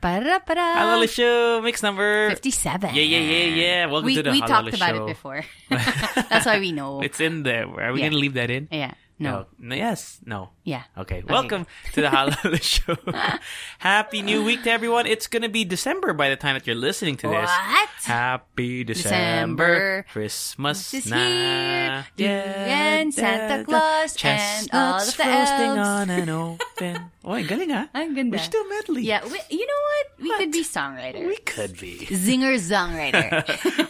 Para, para. Halal show mix number. 57. Yeah, yeah, yeah, yeah. Welcome we to the we Halal talked about show. it before. That's why we know. It's in there. Are we Yeah. gonna leave that in? yeah. No. No. Yes. No. Yeah. Okay. Welcome to the Halal show. Happy New Week to everyone. It's gonna be December by the time that you're listening to this. What? Happy December. December. Christmas This is night. here. You and Santa Claus and all of Chestnuts the roasting elves. on an open. Oh, galing ah. Ang ganda. We should do a medley. Yeah, we, you know what? We could be songwriters. We could be. Zinger songwriter.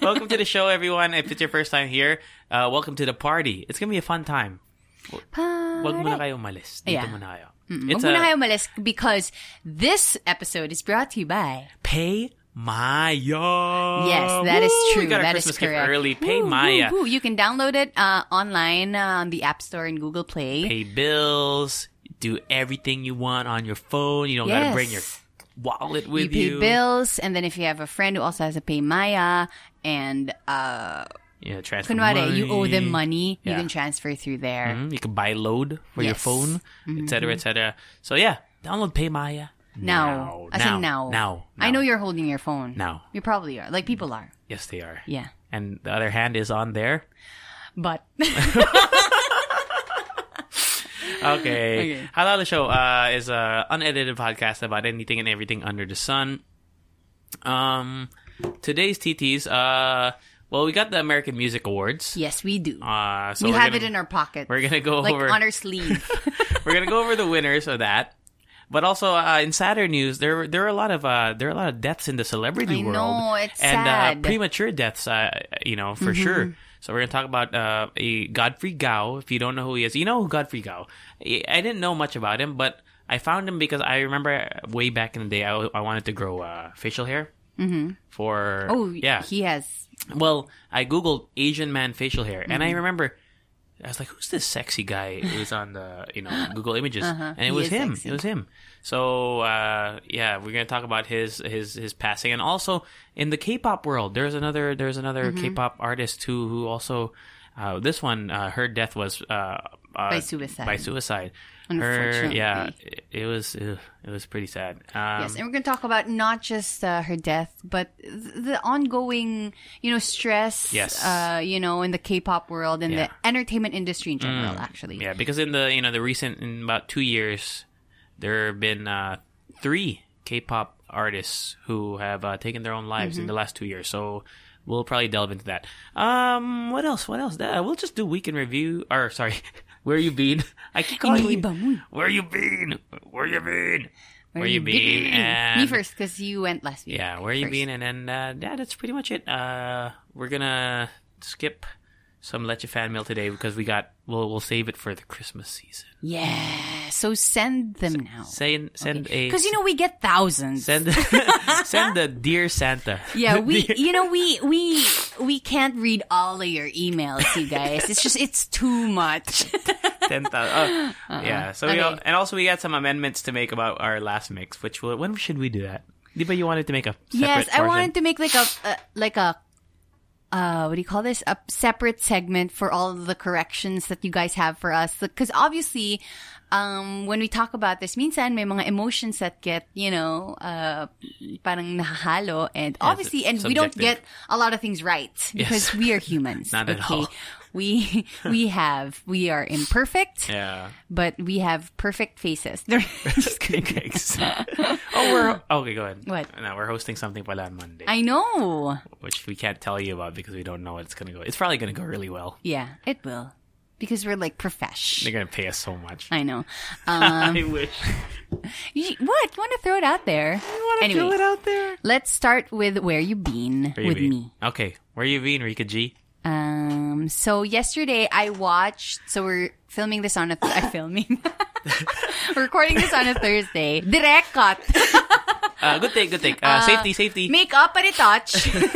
welcome to the show, everyone. If it's your first time here, uh, welcome to the party. It's gonna be a fun time. Wag muna kayo umalis. Dito Yeah. muna kayo. Huwag It's muna kayo a umalis because this episode is brought to you by pay Maya. Yes, that is Oh, Woo! true. We got our That is Christmas gift correct. early. Pay Woo, Maya. woo, woo. You can download it uh, online uh, on the App Store and Google Play. Pay bills. Do everything you want on your phone. You don't Yes. gotta bring your wallet with you pay you. bills, and then if you have a friend who also has a pay Maya, and uh, You know, transfer kunware, money. you owe them money, you Yeah. can transfer through there. Mhm, You can buy load for your Yes. Mm-hmm. phone, etc., cetera, etc. Cetera. So yeah, download Pay Maya Now, as in now. Now, I know now. you're holding your phone. Now. You probably are. Like people are. Yes, they are. Yeah. And the other hand is on there. But Okay. Okay. Halal Show uh, is a unedited podcast about anything and everything under the sun. Um, today's TTs. Uh, well, we got the American Music Awards. yes, we do. Uh, so we we're have gonna, it in our pocket. We're gonna go like over. on our sleeve. we're gonna go over the winners of that. But also uh, in sadder news, there were- there are a lot of uh, there are a lot of deaths in the celebrity I world. know, it's and sad. Mm-hmm. Uh, premature deaths, uh, you know for sure. So we're gonna talk about uh, a Godfrey Gao. If you don't know who he is, you know who Godfrey Gao. I I didn't know much about him, but I found him because I remember way back in the day, I, I wanted to grow uh, facial hair. For Mm-hmm. oh, yeah, He has. well, I googled Asian man facial hair, and Mm-hmm. I remember I was like, "Who's this sexy guy?" It was on the you know Google Images, and Uh-huh. He it was is him. sexy. It was him. So uh, yeah, we're gonna talk about his his his passing, and also in the K-pop world, there's another there's another Mm-hmm. K-pop artist who who also uh, this one uh, her death was uh, uh, by suicide. By suicide. Her, Unfortunately. yeah, it, it was ugh, it was pretty sad. Um, Yes, and we're going to talk about not just uh, her death, but th- the ongoing, you know, stress, Yes. uh, you know, in the K-pop world and Yeah. Mm. the entertainment industry in general, actually. Yeah, because in the you know the recent in about two years, there have been uh, three K-pop artists who have uh, taken their own lives in the last two years. So we'll probably delve into that. Um, what else? What else? That, we'll just do week in review. Or sorry, where you been? I keep calling Hindi you. ba mo? Where you been? Where you been? Where, you been? Me And- first, because you went last week. yeah, where you first. been? And then uh, yeah, that's pretty much it. Uh, we're gonna skip some Let Your Fan Mail today because we got we'll we'll save it for the Christmas season. Yeah. So send them now. Send send a Because, you know, we get thousands. send send the dear Santa. yeah, we you know we we we can't read all of your emails, you guys. It's just it's too much. Ten thousand. Oh, Yeah. So we Uh-huh. Okay. all, and also we got some amendments to make about our last mix, which will, when should we do that? But you wanted to make a separate yes, I portion. wanted to make like a uh, like a uh what do you call this? A separate segment for all of the corrections that you guys have for us because obviously um when we talk about this minsan may mga emotions that get, you know, uh parang nahahalo and obviously and we don't get subjective. a lot of things right because Yes. we are humans. Not at all. We we have we are imperfect, Yeah. but we have perfect faces. Just kidding. Cakes. oh, we're okay. Go ahead. What? No, we're hosting something pala on Monday, I know. which we can't tell you about because we don't know what it's gonna go. It's probably gonna go really well. Yeah, it will. Because we're like profesh. They're gonna pay us so much. I know. Um, I wish. You, what? Want to throw it out there? I wanna throw it out there. let's start with where you been Where you with been? me. Okay, where you been, Rika G? Um. So yesterday I watched. So we're filming this on a. Th- I'm filming. We're recording this on a Thursday. Direct cut. Uh, good take, good take. Uh, safety, safety. Makeup at a touch.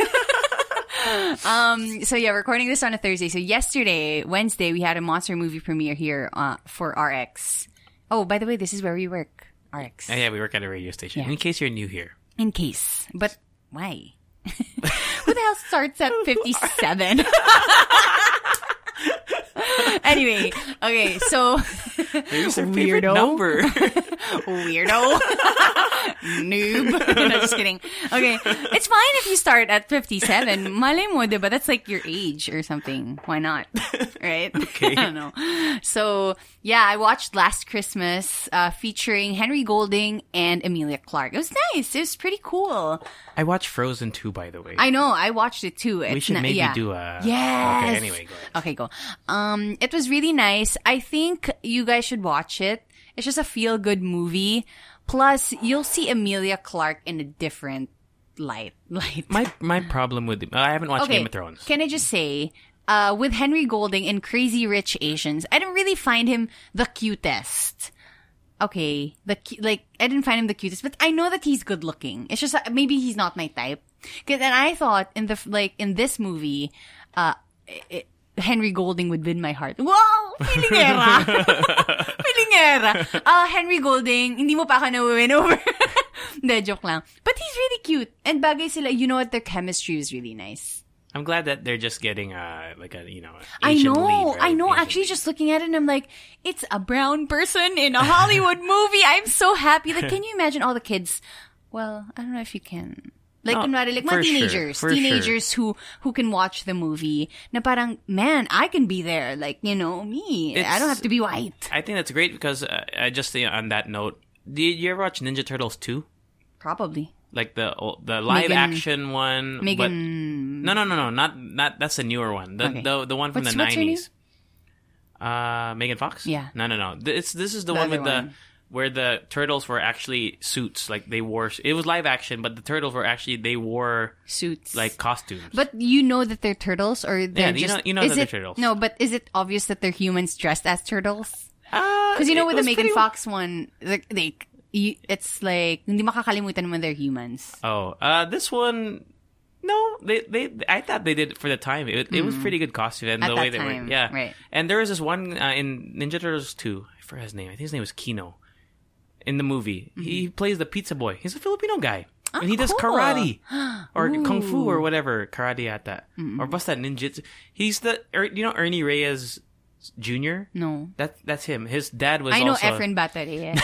um, so yeah, recording this on a Thursday. So yesterday, Wednesday, we had a monster movie premiere here uh, for RX. Oh, by the way, this is where we work. RX. Uh, yeah, we work at a radio station. In case you're new here, In case, but why? Who the hell starts at fifty-seven? anyway, okay, so there's our favorite Weirdo. number. number. weirdo noob no just kidding okay it's fine if you start at 57 malay mo diba that's like your age or something why not right i don't know so yeah i watched last christmas uh, featuring henry golding and amelia clark it was nice it was pretty cool I watched Frozen 2, by the way. i know i watched it too we It's should not- maybe yeah. do a. Yes. Okay, anyway, go ahead. Okay, go. Um, it was really nice. I think you guys should watch it. It's just a feel good movie. Plus, you'll see Amelia Clark in a different light. Light. My my problem with oh, I haven't watched okay. Game of Thrones. Can I just say, uh, with Henry Golding in Crazy Rich Asians, I don't really find him the cutest. Okay, the cu- like I didn't find him the cutest, but I know that he's good looking. It's just uh, maybe he's not my type. Cause, and I thought in the f- like in this movie, uh, it, Henry Golding would win my heart. Wow, feeling era, feeling era. Uh, Henry Golding, hindi mo pa ako na-win over. Hindi, joke lang. But he's really cute. And bagay sila, you know what, their chemistry is really nice. I'm glad that they're just getting uh like a you know. I Asian know, lead, right? I know. Asian Actually, lead. just looking at it, and I'm like, it's a brown person in a Hollywood movie. I'm so happy. Like, can you imagine all the kids? Well, I don't know if you can. Like, Oh, kunwari, like mga for sure, teenagers, for sure. teenagers who who can watch the movie. Na parang, man, I can be there. Like, you know, me. I don't have It's- to be white. I think that's great because uh, I just you know, on that note, did you ever watch Ninja Turtles 2? Probably. Like the old- the live Megan- action one, but Megan. no, no, no, no, not not that's the newer one. The Okay. the, the one from What's- the what's her name? nineties. Uh, Megan Fox. Yeah. No, no, no. Th- It's this is the, The one other with the one. where the turtles were actually suits. Like they wore. It was live action, but the turtles were actually they wore Suits. like costumes. But you know that they're turtles, or they're you just know- you know is that they're it- turtles. No, but is it obvious that they're humans dressed as turtles? because Because you know with the Megan Fox one, like they, you, it's like hindi makakalimutan when they're humans. Oh, uh, this one. No, they, they I thought they did it for the time. It, it was pretty good costume and Hmm. At the that way they time, were. Yeah, right. And there was this one uh, in Ninja Turtles two. I forgot his name. I think his name was Kino. In the movie, he plays the pizza boy. He's a Filipino guy, and he does Mm-hmm. Oh, cool. karate or kung fu or whatever karate at that or what's that ninjutsu. He's the er, you know Ernie Reyes Jr. No, That that's him. His dad was I know also Efren Bataria.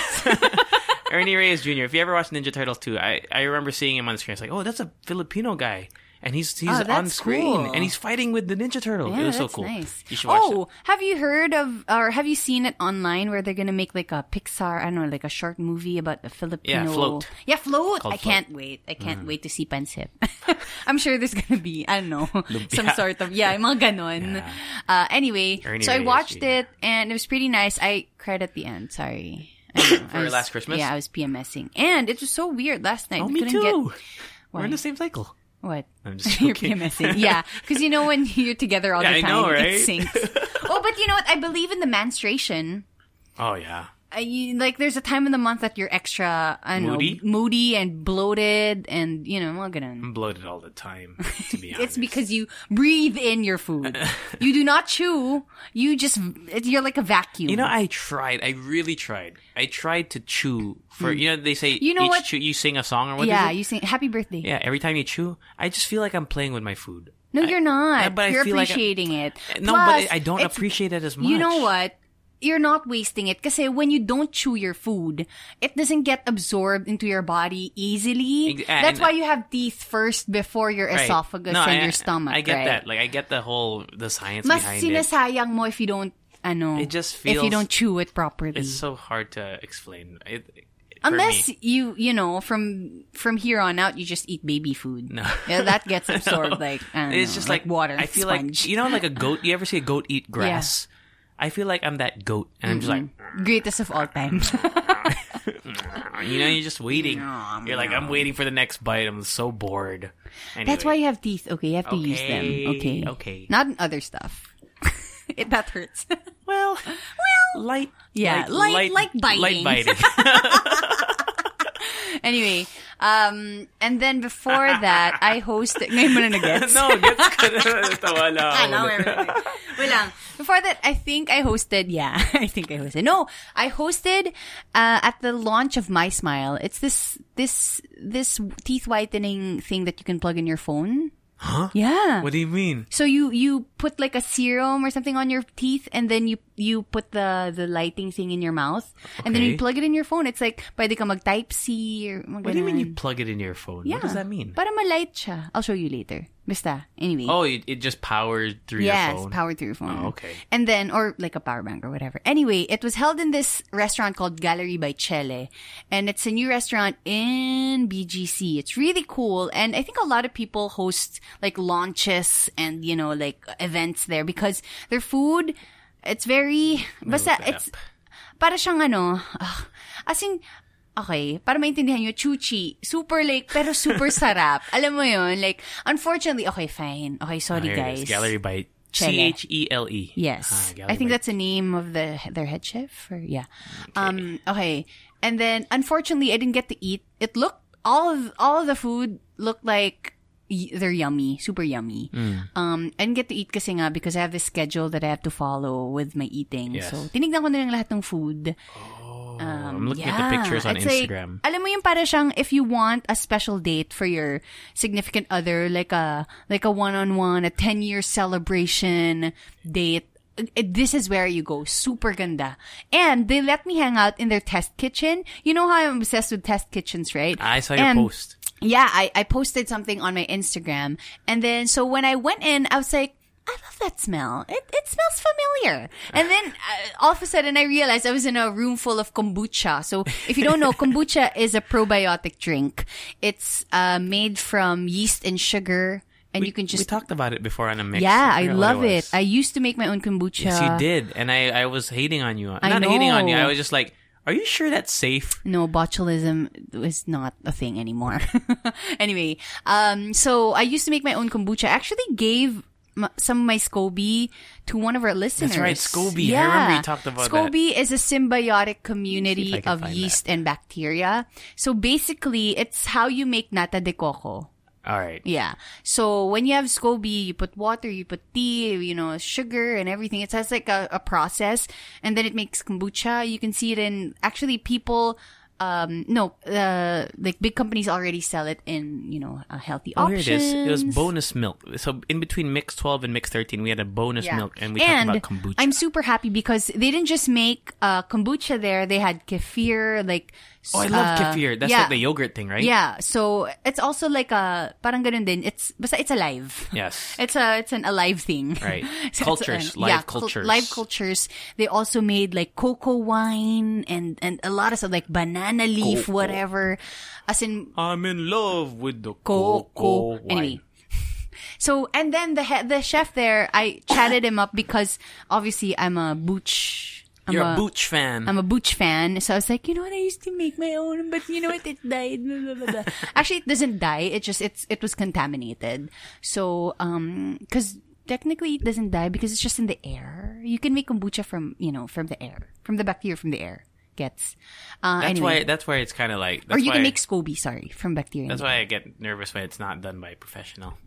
Ernie Reyes Jr. If you ever watched Ninja Turtles 2, I, I remember seeing him on the screen. It's like, oh, that's a Filipino guy. And he's he's Oh, on that's screen cool. and he's fighting with the Ninja Turtle. yeah, it was that's so cool. nice. You should watch Oh, have you heard of or have you seen it online where they're gonna make like a Pixar? I don't know, like a short movie about a Filipino. Float. Mm. Yeah, float. Called I can't wait. I can't wait to see Pansip. I'm sure there's gonna be I don't know some Yeah. sort of yeah, mga ganon. Yeah. Uh, anyway, Ernie so I Reyes watched it Jr. and it was pretty nice. I cried at the end. Sorry. I know. For I was- Last Christmas? Yeah, I was PMSing, and it was so weird last night. that. Oh, We me couldn't too. Get, We're in the same cycle. what? I'm just you're joking. PMSing. Yeah, because you know when you're together all the Yeah, I time, it know, right? sinks. oh, but you know what? I believe in the menstruation. Oh, yeah. I, you- like, there's a time in the month that you're extra, I don't Moody? know, moody and bloated, and you know, mga ganun. I'm bloated all the time, to be honest. It's because you breathe in your food. you do not chew. You just it- you're like a vacuum. You know, I tried. I really tried. I tried to chew for, you know, they say Hmm. You know each what- chew, you sing a song or what is yeah, it? you sing "Happy Birthday." yeah, every time you chew, I just feel like I'm playing with my food. No, you're not. Yeah, but I you're feel like I- appreciating it. No, Plus, but I don't it's- appreciate it as much. You know what? You're not wasting it kasi when you don't chew your food, it doesn't get absorbed into your body easily. Ex- and- That's why you have teeth first before your Right. esophagus No, and I- your stomach. I get right? that. Like I get the whole the science Mas behind it. sinasayang mo if you don't, ano, It just if you feels- don't chew it properly. It's so hard to explain. It, it- for Unless me. you, you know, from from here on out, you just eat baby food. No. yeah, that gets absorbed like I don't it's know, just like, water. I feel sponge. like you know, like a goat. You ever see a goat eat grass? I feel like I'm that goat, and I'm just Mm-hmm. like, greatest of all time. you know, you're just waiting. you're like, I'm waiting for the next bite. I'm so bored. That's why you have teeth. Okay, you have to use them. Okay, Okay, okay. Not in other stuff. it that hurts. Well, well, light. Yeah, light- like biting. Light biting. Anyway, um, and then before that, I hosted. Ngayon mo na nag-gets? Ah, no, gets ka na. Tawa lang. ako. Alam, wait, wait, wait. Wait lang. Before that, I think I hosted, yeah, I think I hosted. No, I hosted, uh, at the launch of My Smile. It's this, this, this teeth whitening thing that you can plug in your phone. Huh? Yeah. What do you mean? So you, you put like a serum or something on your teeth and then you, you put the, the lighting thing in your mouth and then you Okay. plug it in your phone. It's like, pwede ka mag-type C or mag What do you mean you plug it in your phone? What does that mean? Para ma-light siya. I'll show you later. Basta. Anyway. Oh, it, it just powered through yes, your phone. powered through your phone. Oh, okay. And then, or like a power bank or whatever. Anyway, it was held in this restaurant called Gallery by Chele. And it's a new restaurant in BGC. It's really cool. And I think a lot of people host like launches and, you know, like events there because their food, it's very, basta, look it it's, para siyang ano, ah, as in, okay, para maintindihan nyo, chuchi, super like, pero super sarap. Alam mo yun, like, unfortunately, okay, fine. Okay, sorry Ah, Here it is. guys. Gallery by Chele. C H E L E. Yes. Ah, Gallery I think by- that's the name of the their head chef or yeah. Um okay. And then unfortunately I didn't get to eat. It looked all of all of the food looked like y- they're yummy, super yummy. Mm. Um I didn't get to eat kasi nga because I have this schedule that I have to follow with my eating. Yes. So tinignan ko na lang lahat ng food. Oh, Um, I'm looking at the pictures it's on Instagram. Like, alam mo yung para siyang if you want a special date for your significant other, like a like a one-on-one, a 10-year celebration date, eh, this is where you go. Super ganda. And they let me hang out in their test kitchen. You know how I'm obsessed with test kitchens, right? Ah, I saw your And- post. yeah, I, I posted something on my Instagram. And then, so when I went in, I was like, I love that smell. It, it smells familiar. And then uh, all of a sudden I realized I was in a room full of kombucha. So if you don't know, kombucha is a probiotic drink. It's uh, made from yeast and sugar. And We, you can we just, talked about it before on a mix. yeah, I forgot what love it. was. I used to make my own kombucha. Yes, you did, and I, I was hating on you. I Not hating on you. know. I was just like, are you sure that's safe? no, botulism is not a thing anymore. anyway, um, so I used to make my own kombucha. I actually gave m- some of my SCOBY to one of our listeners. right, SCOBY. I remember you talked about that. SCOBY is a symbiotic See if I community can of find yeast and bacteria. So basically, it's how you make nata de coco. All right. Yeah. So when you have SCOBY, you put water, you put tea, you know, sugar and everything. It has like a, a process and then it makes kombucha. You can see it in actually people um no uh like big companies already sell it in you know a healthy Oh, options. here it is. It was bonus milk. So in between mix 12 and mix 13, we had a bonus Yeah. milk, and we and talked about kombucha. I'm super happy because they didn't just make uh kombucha there. They had kefir like oh, I love uh, kefir. That's yeah. like the yogurt thing, right? Yeah, so it's also like a parang ganun din. It's basta it's alive. Yes. It's a it's an alive thing. Right. it's Cultures, an- live cul- cultures. live cultures. They also made like cocoa wine and and a lot of stuff like banana leaf Cocoa. whatever. As in I'm in love with the cocoa. cocoa. Anyway. wine. So and then the he- the chef there, I chatted him up because obviously I'm a booch. I'm You're a, booch fan. I'm a Booch fan, so I was like, you know what, I used to make my own, but you know what, it died. blah, blah, blah, blah. Actually, it doesn't die. It just it's it was contaminated. So, um, because technically it doesn't die because it's just in the air. You can make kombucha from you know from the air, from the bacteria from the air. Gets. Uh, that's anyway. why. That's why it's kind of like. or That's you why, can make SCOBY, sorry, from bacteria. That's why I get nervous when it's not done by a professional.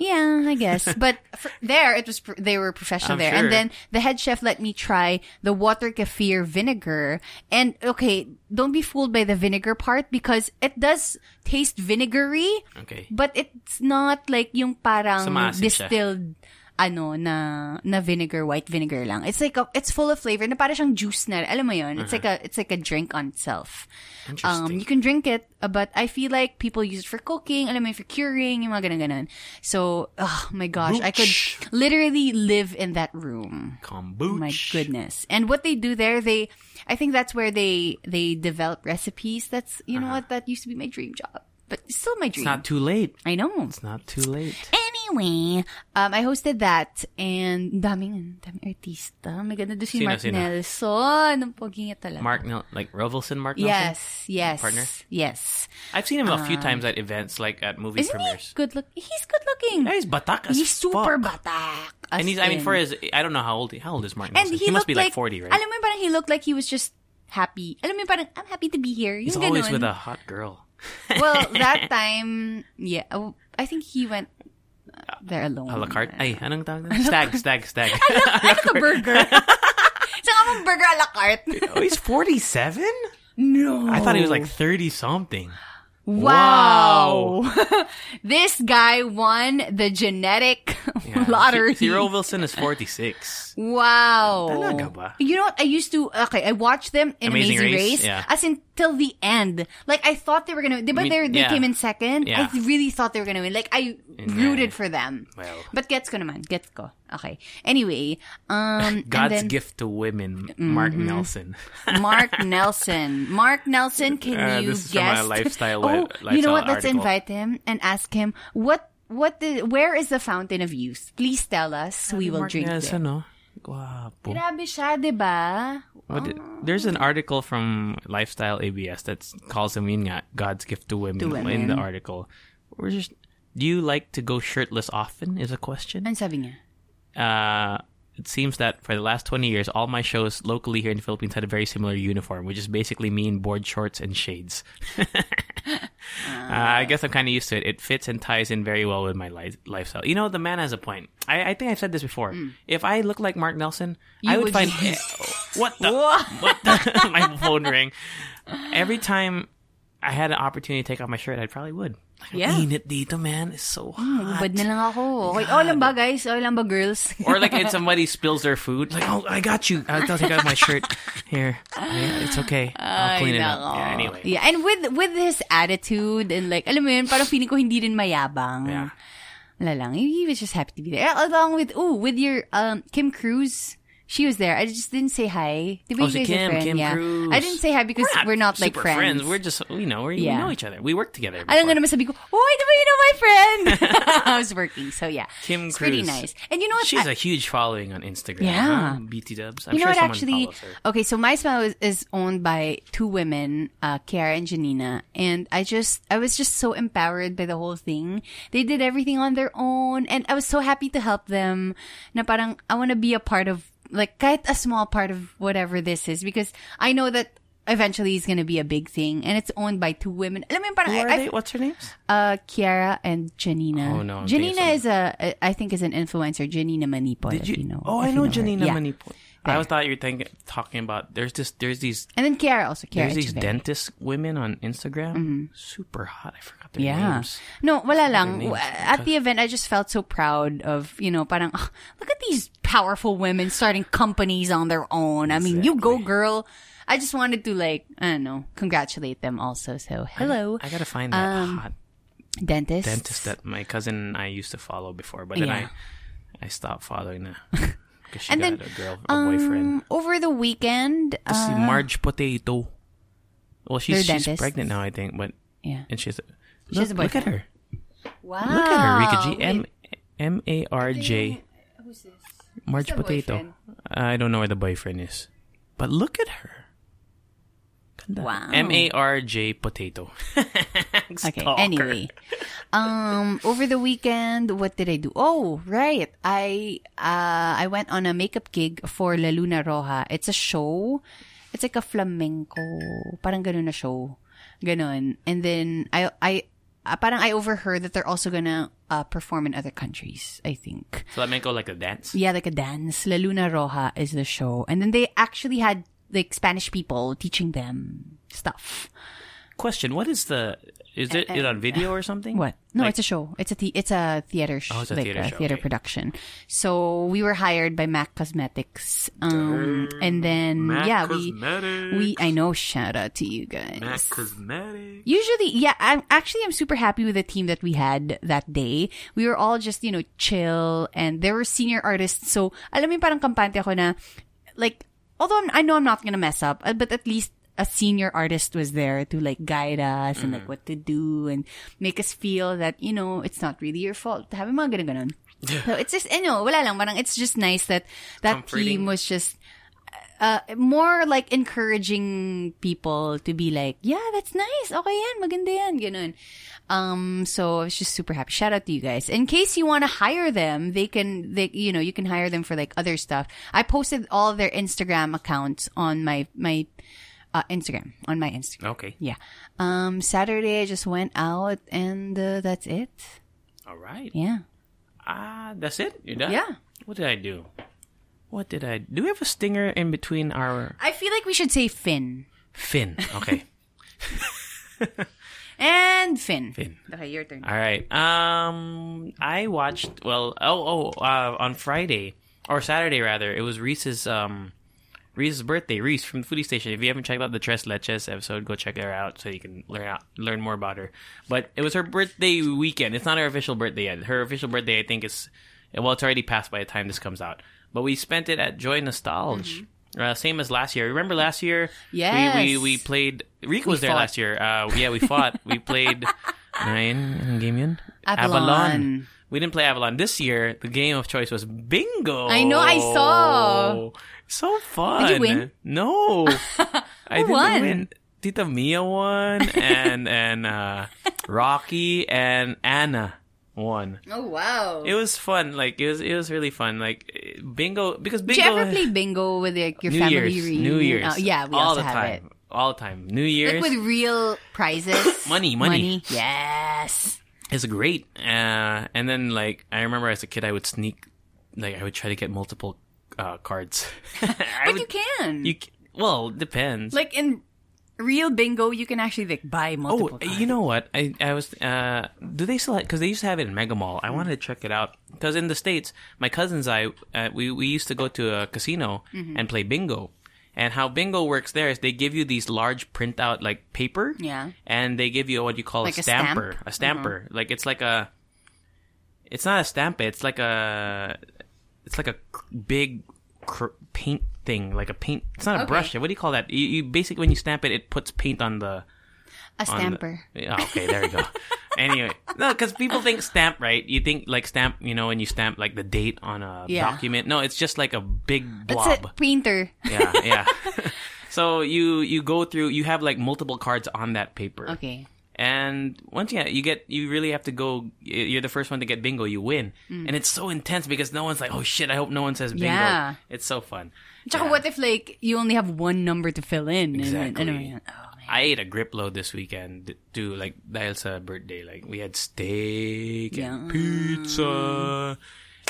Yeah, I guess. But for, there, it was pr- they were professional I'm there, sure. and then the head chef let me try the water kefir vinegar. And okay, don't be fooled by the vinegar part because it does taste vinegary, Okay. but it's not like yung parang Sumaasim siya. distilled ano na na vinegar white vinegar lang it's like a, it's full of flavor na parang siyang juice na alam mo yun it's like a it's like a drink on itself um Uh-huh. Interesting. you can drink it uh, but I feel like people use it for cooking alam mo yun, for curing yung mga ganun ganun so oh my gosh I could Booch. literally live in that room Oh Kombucha. my goodness and what they do there they i think that's where they they develop recipes that's you know what that used to be my dream job but it's still my dream Uh-huh. It's not too late. i know It's not too late. anyway um i hosted that and daming daming artista may ganda doon si Sino, Mark sino? Nelson ang pogi niya talaga Mark Nel- like Revelson, Mark Nelson. yes yes Partner? yes I've seen him a few times at events, like at movie isn't premieres. he good look he's good looking Yeah, he's batak as he's super fuck. batak as And he's, I in. mean, for his, I don't know how old, how old is Mark And Nelson? he, He, looked must be like, 40, right? Alam mo, parang he looked like he was just happy. Alam mo, parang, I'm happy to be here. Yung he's always ganun. with a hot girl. Well, that time, yeah, oh, I think he went uh, there alone. A la carte? Ay, anong tawag na? Stag, stag, stag. I took a burger. so I'm a burger a la carte. oh, he's 47? No. I thought he was like 30 something. Wow. this guy won the genetic lottery. Si Cyril Wilson is 46. Wow. Talaga ba? You know what? I used to, okay, I watched them in Amazing, Amazing Race. Race, yeah. As in, till the end. Like, I thought they were gonna, but mean, they, they yeah. came in second. Yeah. I really thought they were gonna win. Like, I rooted for them. Well. But gets ko naman. Gets ko. Okay. Anyway, um, and God's then Mm-hmm. gift to women, Mark Nelson. Mark Nelson. Mark Nelson, can Uh, you this is from guess? a lifestyle oh, web- you know lifestyle what? Let's article. invite him and ask him what what the where is the fountain of youth? Please tell us. we will drink Yes, it. ano? Guapo. Grabe siya, di ba? What did- there's an article from Lifestyle ABS that calls him yun nga, God's gift to women, To women. in the article. We're just, do you like to go shirtless often? Is a question. Ano sabi niya? Uh, it seems that for the last 20 years, all my shows locally here in the Philippines had a very similar uniform, which is basically me in board shorts and shades. Uh, I guess I'm kind of used to it. It fits and ties in very well with my li- lifestyle. You know, the man has a point. I, I think I've said this before. If I look like Mark Nelson, I You would would, find be- what the what the my phone rang. Every time I had an opportunity to take off my shirt, I probably would. Like, I'm Yeah. Init dito, man. It's so hot. Bad na lang ako. Okay, oh lang ba guys? Oh lang ba girls? or like if somebody spills their food, like oh I got you, I'll I'll take out my shirt here. Yeah, it's okay, I'll clean it up. Yeah, anyway, oh. Yeah, and with with his attitude and like, alam mo yun, parang feeling ko hindi rin mayabang. Yeah. Wala lang. He was just happy to be there. Eh, Along with, oh, with your, um, Kim Cruz. She was there. I just didn't say hi. Did we Oh, so guys are Kim, friend? Kim yeah. Cruz. I didn't say hi because we're not, like super friends. We're just you know we Yeah. we know each other. We work together. Alam ko before. naman sabi ko, oh, di ba you know my friend? I was working, so yeah. Kim it's pretty Cruz. nice. And you know what? She's I- a huge following on Instagram. Yeah. huh? BT Dubs. I'm you know what sure someone actually follows her. okay so my smile is, is owned by two women uh kiara and janina and i just i was just so empowered by the whole thing they did everything on their own and i was so happy to help them na parang i want to be a part of like kahit a small part of whatever this is because i know that eventually it's going to be a big thing and it's owned by two women Alam mo yun, parang Who I- are I- they? What's her name? uh kiara and janina Oh, no, I'm thinking of janina is a i think is an influencer janina manipo if you, know oh, if I you know her. Janina Yeah. Manipur. I always thought you were thinking, talking about there's this there's these and then kiara also kiara there's these Echeverria. dentist women on Instagram. Super hot. I forgot their Mm-hmm. Yeah. names. No, wala lang. names. W- At the event, I just felt so proud of, you know, parang, "Ah, look at these powerful women starting companies on their own. I mean, you go, girl. I just wanted to, like, I don't know, congratulate them also. So, hello, Um, I gotta find that hot dentist. dentist that my cousin and I used to follow before, but then Yeah. I I stopped following that because she And got then, a girl, a boyfriend. Um, Over the weekend, This is uh, Marge Potato. Well, she's They're she's dentists. pregnant now, I think, but yeah. and she's She has a look, look at boyfriend. her, Wow. look at her, Rika G. Wait, M M A R J who's this? Marge the Potato. boyfriend? I don't know where the boyfriend is, but look at her. Ganda. Wow. M A R J Potato. Okay. Stalker. Anyway, um, over the weekend, what did I do? Oh, right. I uh, I went on a makeup gig for La Luna Roja. It's a show. It's like a flamenco, parang ganun na show, ganun. And then I I uh, parang I overheard that they're also gonna uh, perform in other countries. I think. So let me go like a dance. Yeah, like a dance. La Luna Roja is the show. And then they actually had like Spanish people teaching them stuff. Question: What is the? Is it, it on video or something? Uh, What? No, Like- it's a show. It's a the- it's a theater sh- Oh, it's a like theater a show, theater okay. production. So we were hired by Mac Cosmetics, um, and then yeah, we we I know. Shout out to you guys. Cosmetics. Usually, yeah, I'm actually I'm super happy with the team that we had that day. We were all just, you know, chill and there were senior artists. So, alam mo yung parang kampante ako na like although I'm, I know I'm not going to mess up, uh, but at least a senior artist was there to like guide us and like what to do and make us feel that, you know, it's not really your fault. Habi mga ganun ganun. So, it's just, you know, wala lang. Parang it's just nice that that Comforting. team was just uh, more like encouraging people to be like, yeah, that's nice. Okay yan, maganda yan, ganun. Um, so I was just super happy. Shout out to you guys. In case you want to hire them, they can, they, you know, you can hire them for like other stuff. I posted all their Instagram accounts on my, my, uh, Instagram, on my Instagram. Okay. Yeah. Um, Saturday I just went out and uh, that's it. All right. Yeah. Ah, that's it. You're done. Yeah. What did I do? What did I do? We have a stinger in between our I feel like we should say Finn fin. Okay. and Finn. Finn. Okay, your turn. All right. Um, I watched. Well, oh, oh, uh, on Friday or Saturday rather, it was Reese's um, Reese's birthday. Reese from the Foodie Station. If you haven't checked out the Tres Leches episode, go check her out so you can learn out, learn more about her. But it was her birthday weekend. It's not her official birthday yet. Her official birthday, I think, is well, it's already passed by the time this comes out. But we spent it at Joy Nostalgia. Uh, same as last year. Remember last year? Mm-hmm. Yes. We, we, we played. Rico was there fought. last year. Uh, yeah, we fought. we played. Nine game yun? Avalon. We didn't play Avalon this year. The game of choice was Bingo. I know, I saw. So fun. Did you win? No, I didn't won? win. Tita Mia won, and and uh, Rocky and Anna won. Oh wow. It was fun. Like it was it was really fun. Like Bingo because Did Bingo. you ever play bingo with like your New family Year's, reunion? New Year's, Oh, yeah, we all also the have time, it. all the time. New Year's Like with real prizes. Money, money. Yes. It's great. Uh, and then like I remember as a kid, I would sneak, like I would try to get multiple uh, cards. but But you can. You c- well depends. like in real bingo, you can actually like buy multiple. oh, cards. you know what? I I was. Uh, do they still? Because they used to have it in Mega Mall. I wanted to check it out. Because in the states, my cousins I uh, we we used to go to a casino Mm-hmm. and play bingo. And how bingo works there is they give you these large printout like paper. Yeah. And they give you what you call Like a a stamp? Uh-huh. stamper. A stamper. Like it's like a. It's not a stamp. It's like a. It's like a cr- big cr- paint thing, like a paint. It's not a Okay. brush. What do you call that? You, you basically when you stamp it, it puts paint on a the on the- stamper. Yeah, okay, there we go. anyway, no, because people think stamp, right? You think like stamp, you know, when you stamp like the date on a Yeah. document. No, it's just like a big That's blob. a painter. yeah, yeah. so you you go through. You have like multiple cards on that paper. Okay. And once you you get, you really have to go. You're the first one to get bingo. You win, Mm. and it's so intense because no one's like, "Oh shit!" I hope no one says bingo. Yeah. It's so fun. Tsaka Yeah. what if like you only have one number to fill in? and then- Exactly. And, then- oh, man. I ate a grip load this weekend too, like dahil sa birthday. Like we had steak and Yum. pizza,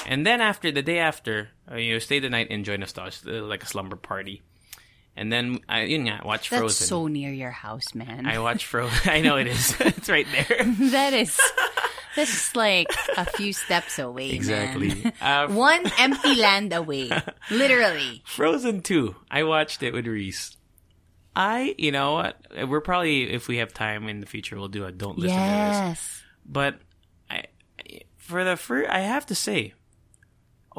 and then after the day after, uh, you know, stay the night, enjoy nostalgia, uh, like a slumber party, and then I yun nga, watch That's Frozen. so near your house, man. I watch Frozen. I know it is. it's right there. that is. This is like a few steps away. man. Exactly. Uh, One empty land away, literally. Frozen 2. I watched it with Reese. I, you know what? We're probably, if we have time in the future, we'll do a don't listen to this. yes. But I, for the first, I have to say,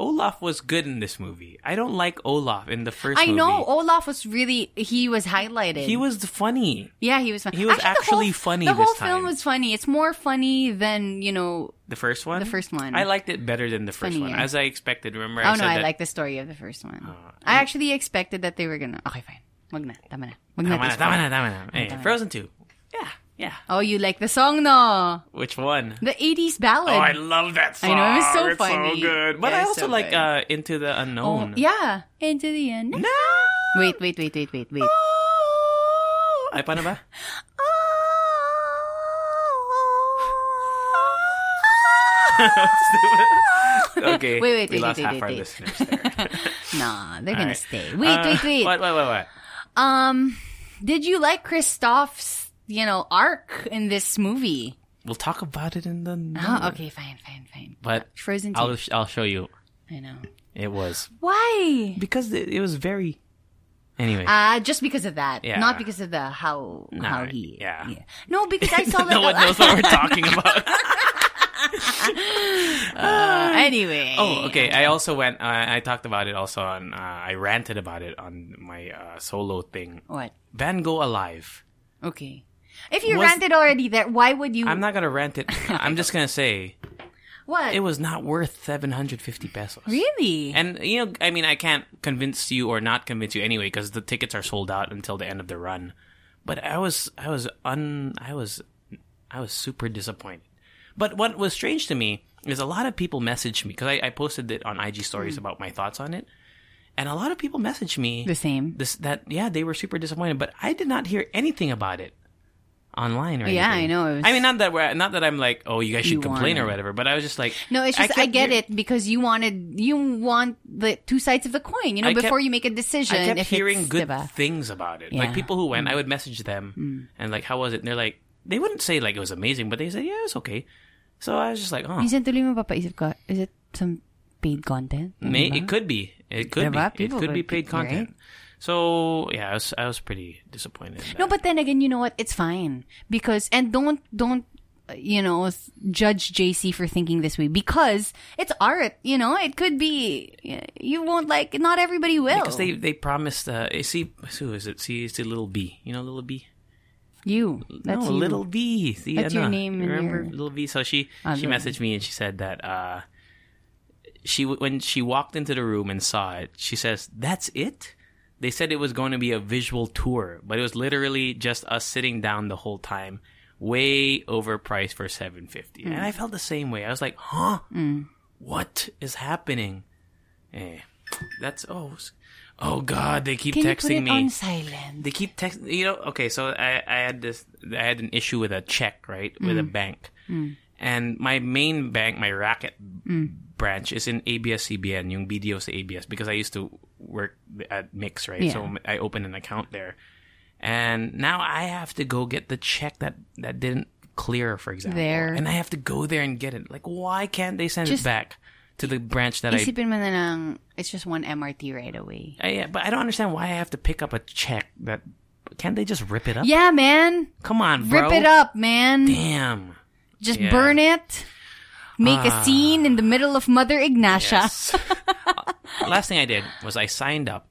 Olaf was good in this movie. I don't like Olaf in the first. I movie. know Olaf was really he was highlighted. he was funny. yeah he was fun. he was the whole- actually funny The whole this film time. was funny. It's more funny than you know. The first one. The first one. I liked it better than the first Funnier. one, as I expected. Remember, oh I no, said I that. Uh, like the story of the first one. I actually expected that they were gonna. Okay, fine. Wag na, tama na. Wag na Tama na, this tama one. na, tama na. Hey, Tama na. Frozen two. Yeah, yeah. Oh, you like the song, no? Which one? The '80s ballad. Oh, I love that song. I know, it was so it's funny. so good. But Yeah, I it's so also like good. Oh, uh, Into the Unknown. yeah. Into the end. No. Oh. Wait, wait, wait, wait, wait, wait. Ay, paano ba? okay. Wait, wait, we wait, lost wait, half wait, our wait. listeners there. Nah, they're All gonna right. stay. Wait, Uh, wait, wait. What, what, what, what? Um, did you like Kristoff's, you know, arc in this movie? We'll talk about it in the. Oh, okay, fine, fine, fine. But Frozen I'll 2. I'll show you. I know. It was Why? because it, it was very. Anyway, Uh, just because of that, Yeah. not because of the how how he. yeah. No, because I saw like no a- one knows what we're talking about. Uh, anyway. oh, okay. I also went. uh, I I talked about it also on. Uh, I ranted about it on my uh, solo thing. What? Van Gogh alive. Okay. If you Was- ranted already, that why would you? I'm not gonna rant it. I'm just gonna say what? it was not worth 750 pesos. really? And you know, I mean, I can't convince you or not convince you anyway because the tickets are sold out until the end of the run. But I was, I was un, I was, I was super disappointed. But what was strange to me is a lot of people messaged me because I, I posted it on IG stories about my thoughts on it, and a lot of people messaged me Mm. The same. this that yeah they were super disappointed, but I did not hear anything about it online or Yeah, I anything. know, it was- I mean, not that we're, not that I'm like oh you guys You should complain wanna- or whatever, but I was just like No, it's just I, kept get hear- it because you wanted you want the two sides of the coin. You know, I kept- before you make a decision. I kept if hearing it's, good diba? things about it. Yeah. Mm. Like people who went, I would message them and like how was it? And they're like they wouldn't say like it was amazing, but they said yeah it's okay. So I was just like oh Minsan tuloy mapapaisip ko, is it some paid content? May, Diba? it could be. It could Diba? be. It People could be would paid be- content. So yeah, I was I was pretty disappointed. in No, that. but then again, you know what? It's fine because and don't don't uh, you know s- judge JC for thinking this way because it's art. You know, it could be y- you won't like. Not everybody will. because they they promised. Uh, eh, see who is it? See, it's a little B. You know, little B. you that's no, you. little B. See, That's ano, your name and Remember your- little B? So she Ah, she Little messaged me and she said that uh, she w- when she walked into the room and saw it, she says, "That's it." They said it was going to be a visual tour, but it was literally just us sitting down the whole time, way overpriced for seven fifty. Hmm. And I felt the same way. I was like, "Huh? What is happening?" Eh, that's oh, s- oh God! They keep Can you put it texting me on silent? they keep text you know okay so i i had this i had an issue with a check right with a Mm. bank and my main bank my racket Mm. branch is in abs-cbn yung bdo sa abs because i used to work at mix right so i opened an account there and now i have to go get the check that that didn't clear for example There. and i have to go there and get it like why can't they send Just- it back to the branch that i Isipin mo na lang, it's just one MRT right away. I, yeah, but I don't understand why I have to pick up a check that can't they just rip it up? Yeah, man. Come on, bro. Rip it up, man. Damn. Just Yeah. Ah. burn it. Make a scene in the middle of Mother Ignacia. Yes. Last thing I did was I signed up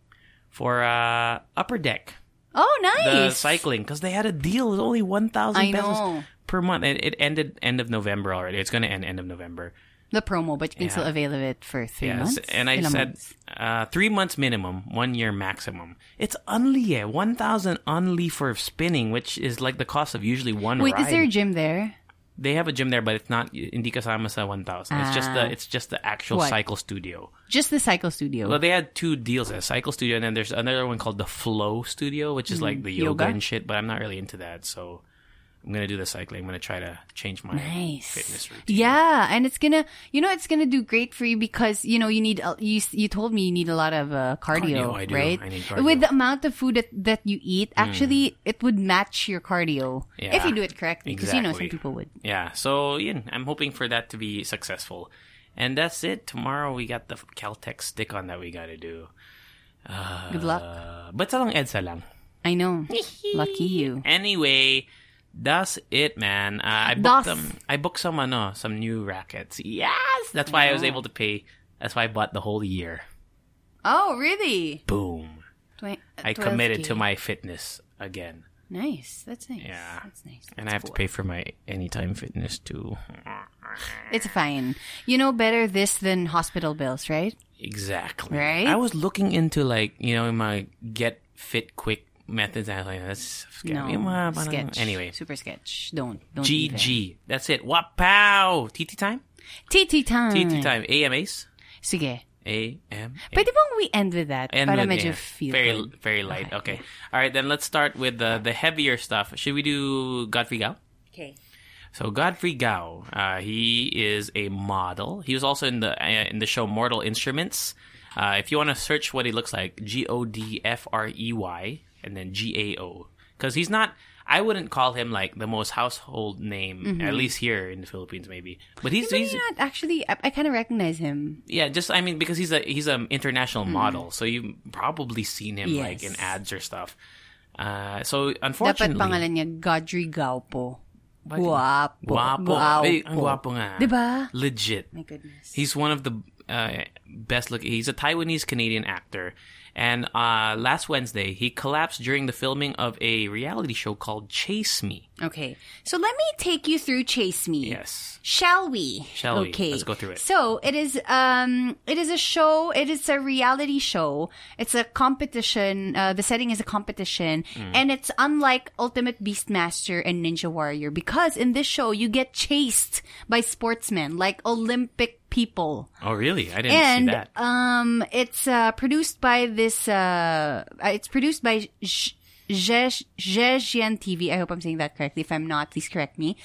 for uh, Upper Deck, Oh, the nice. cycling, because they had a deal. It was only one I thousand pesos know. per month. It, it ended end of November already. It's going to end end of November. The promo, but you can Yeah. still avail of it for three months. and I Ilang said months? uh, three months minimum, one year maximum. It's only eh, one thousand only for spinning, which is like the cost of usually one Wait, ride. is there a gym there? They have a gym there, but it's not hindi kasama sa one thousand. It's just the Ah. it's just the actual What? cycle studio. Just the cycle studio. Well, they had two deals at Cycle Studio, and then there's another one called the Flow Studio, which is like the yoga, Mm-hmm. yoga. and shit. But I'm not really into that, so I'm gonna do the cycling. I'm gonna try to change my nice. fitness routine. Yeah, and it's gonna, you know, it's gonna do great for you because you know you need a- you s- you told me you need a lot of uh, cardio, Cardio, I do. right? I need cardio. Hmm. With the amount of food that that you eat, actually, it would match your cardio if Yeah. you do it correctly. Because you know Exactly. some people would. Yeah, so yeah, I'm hoping for that to be successful, and that's it. Tomorrow we got the Caltech stick on that we gotta do. Good luck. Uh, but sa lang edsa lang. I know. Lucky you. Anyway, that's it, man. Uh, I Das. booked them. I booked some ano, some new rackets. Yes, that's why I was able to pay. That's why I bought the whole year. Oh, really? Boom. Twen- uh, I committed 12K. to my fitness again. Nice. That's nice. Yeah. That's nice. and I have to pay for my anytime fitness too. It's fine. You know better this than hospital bills, right? Exactly. Right? I was looking into like, you know, my get fit quick methods and I was like, that's No. Yung mga parang- sketch. Anyway. Super sketch. Don't. Don't. GG. That's it. Wapow. TT time? TT time. TT time. AMAs? Sige. AM. Pwede bang we end with that? And Para with- medyo yeah, feel very good. very light. Okay. All right, then let's start with the the heavier stuff. Should we do Godfrey Gao? Okay. So Godfrey Gao, uh, he is a model. He was also in the uh, in the show Mortal Instruments. Uh, if you want to search what he looks like, G O D F R E Y and then G A O, because he's not. I wouldn't call him like the most household name, Mm-hmm. at least here in the Philippines, maybe. But he's, But he's you know, what? actually, I, I kind of recognize him. yeah, just I mean because he's a he's an international model, so you've probably seen him like Mm-hmm. in Yes. ads or stuff. Uh, so Dapat unfortunately, pangalan niya Godry Gaupo. Bakit? Guapo. guapo, Guapo. Eh, ang guapo nga, Diba? Legit. My goodness. He's one of the uh, best looking. He's a Taiwanese Canadian actor, And uh, last Wednesday, he collapsed during the filming of a reality show called Chase Me. Okay. So let me take you through Chase Me. Yes. Shall we? Shall we? okay. Let's go through it. So it is um it is a show, it is a reality show. It's a competition, uh, the setting is a competition, Mm. and it's unlike Ultimate Beastmaster and Ninja Warrior because in this show you get chased by sportsmen like Olympic people. Oh, really? I didn't see and that. um, it's uh, produced by this. Uh, uh, it's produced by Zhejian TV. I hope I'm saying that correctly. If I'm not, please correct me.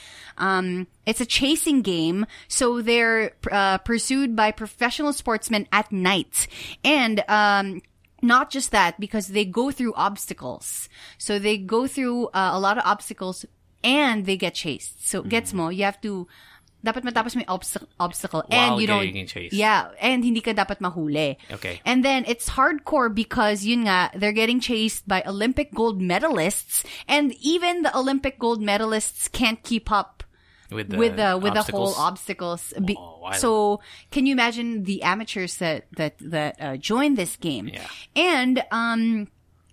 Um, it's a chasing game, so they're uh, pursued by professional sportsmen at night, and um. Not just that, because they go through obstacles. So they go through uh, a lot of obstacles and they get chased. So Mm-hmm. gets mo, you have to, dapat matapos may obstacle, obstacle and While you don't, getting chased. yeah, yeah, and hindi ka dapat mahuli. Okay. And then it's hardcore because yun nga, they're getting chased by Olympic gold medalists and even the Olympic gold medalists can't keep up With with the with the whole obstacles. obstacles. Be- Oh, wow. so can you imagine the amateurs that that that uh, join this game? Yeah. And um,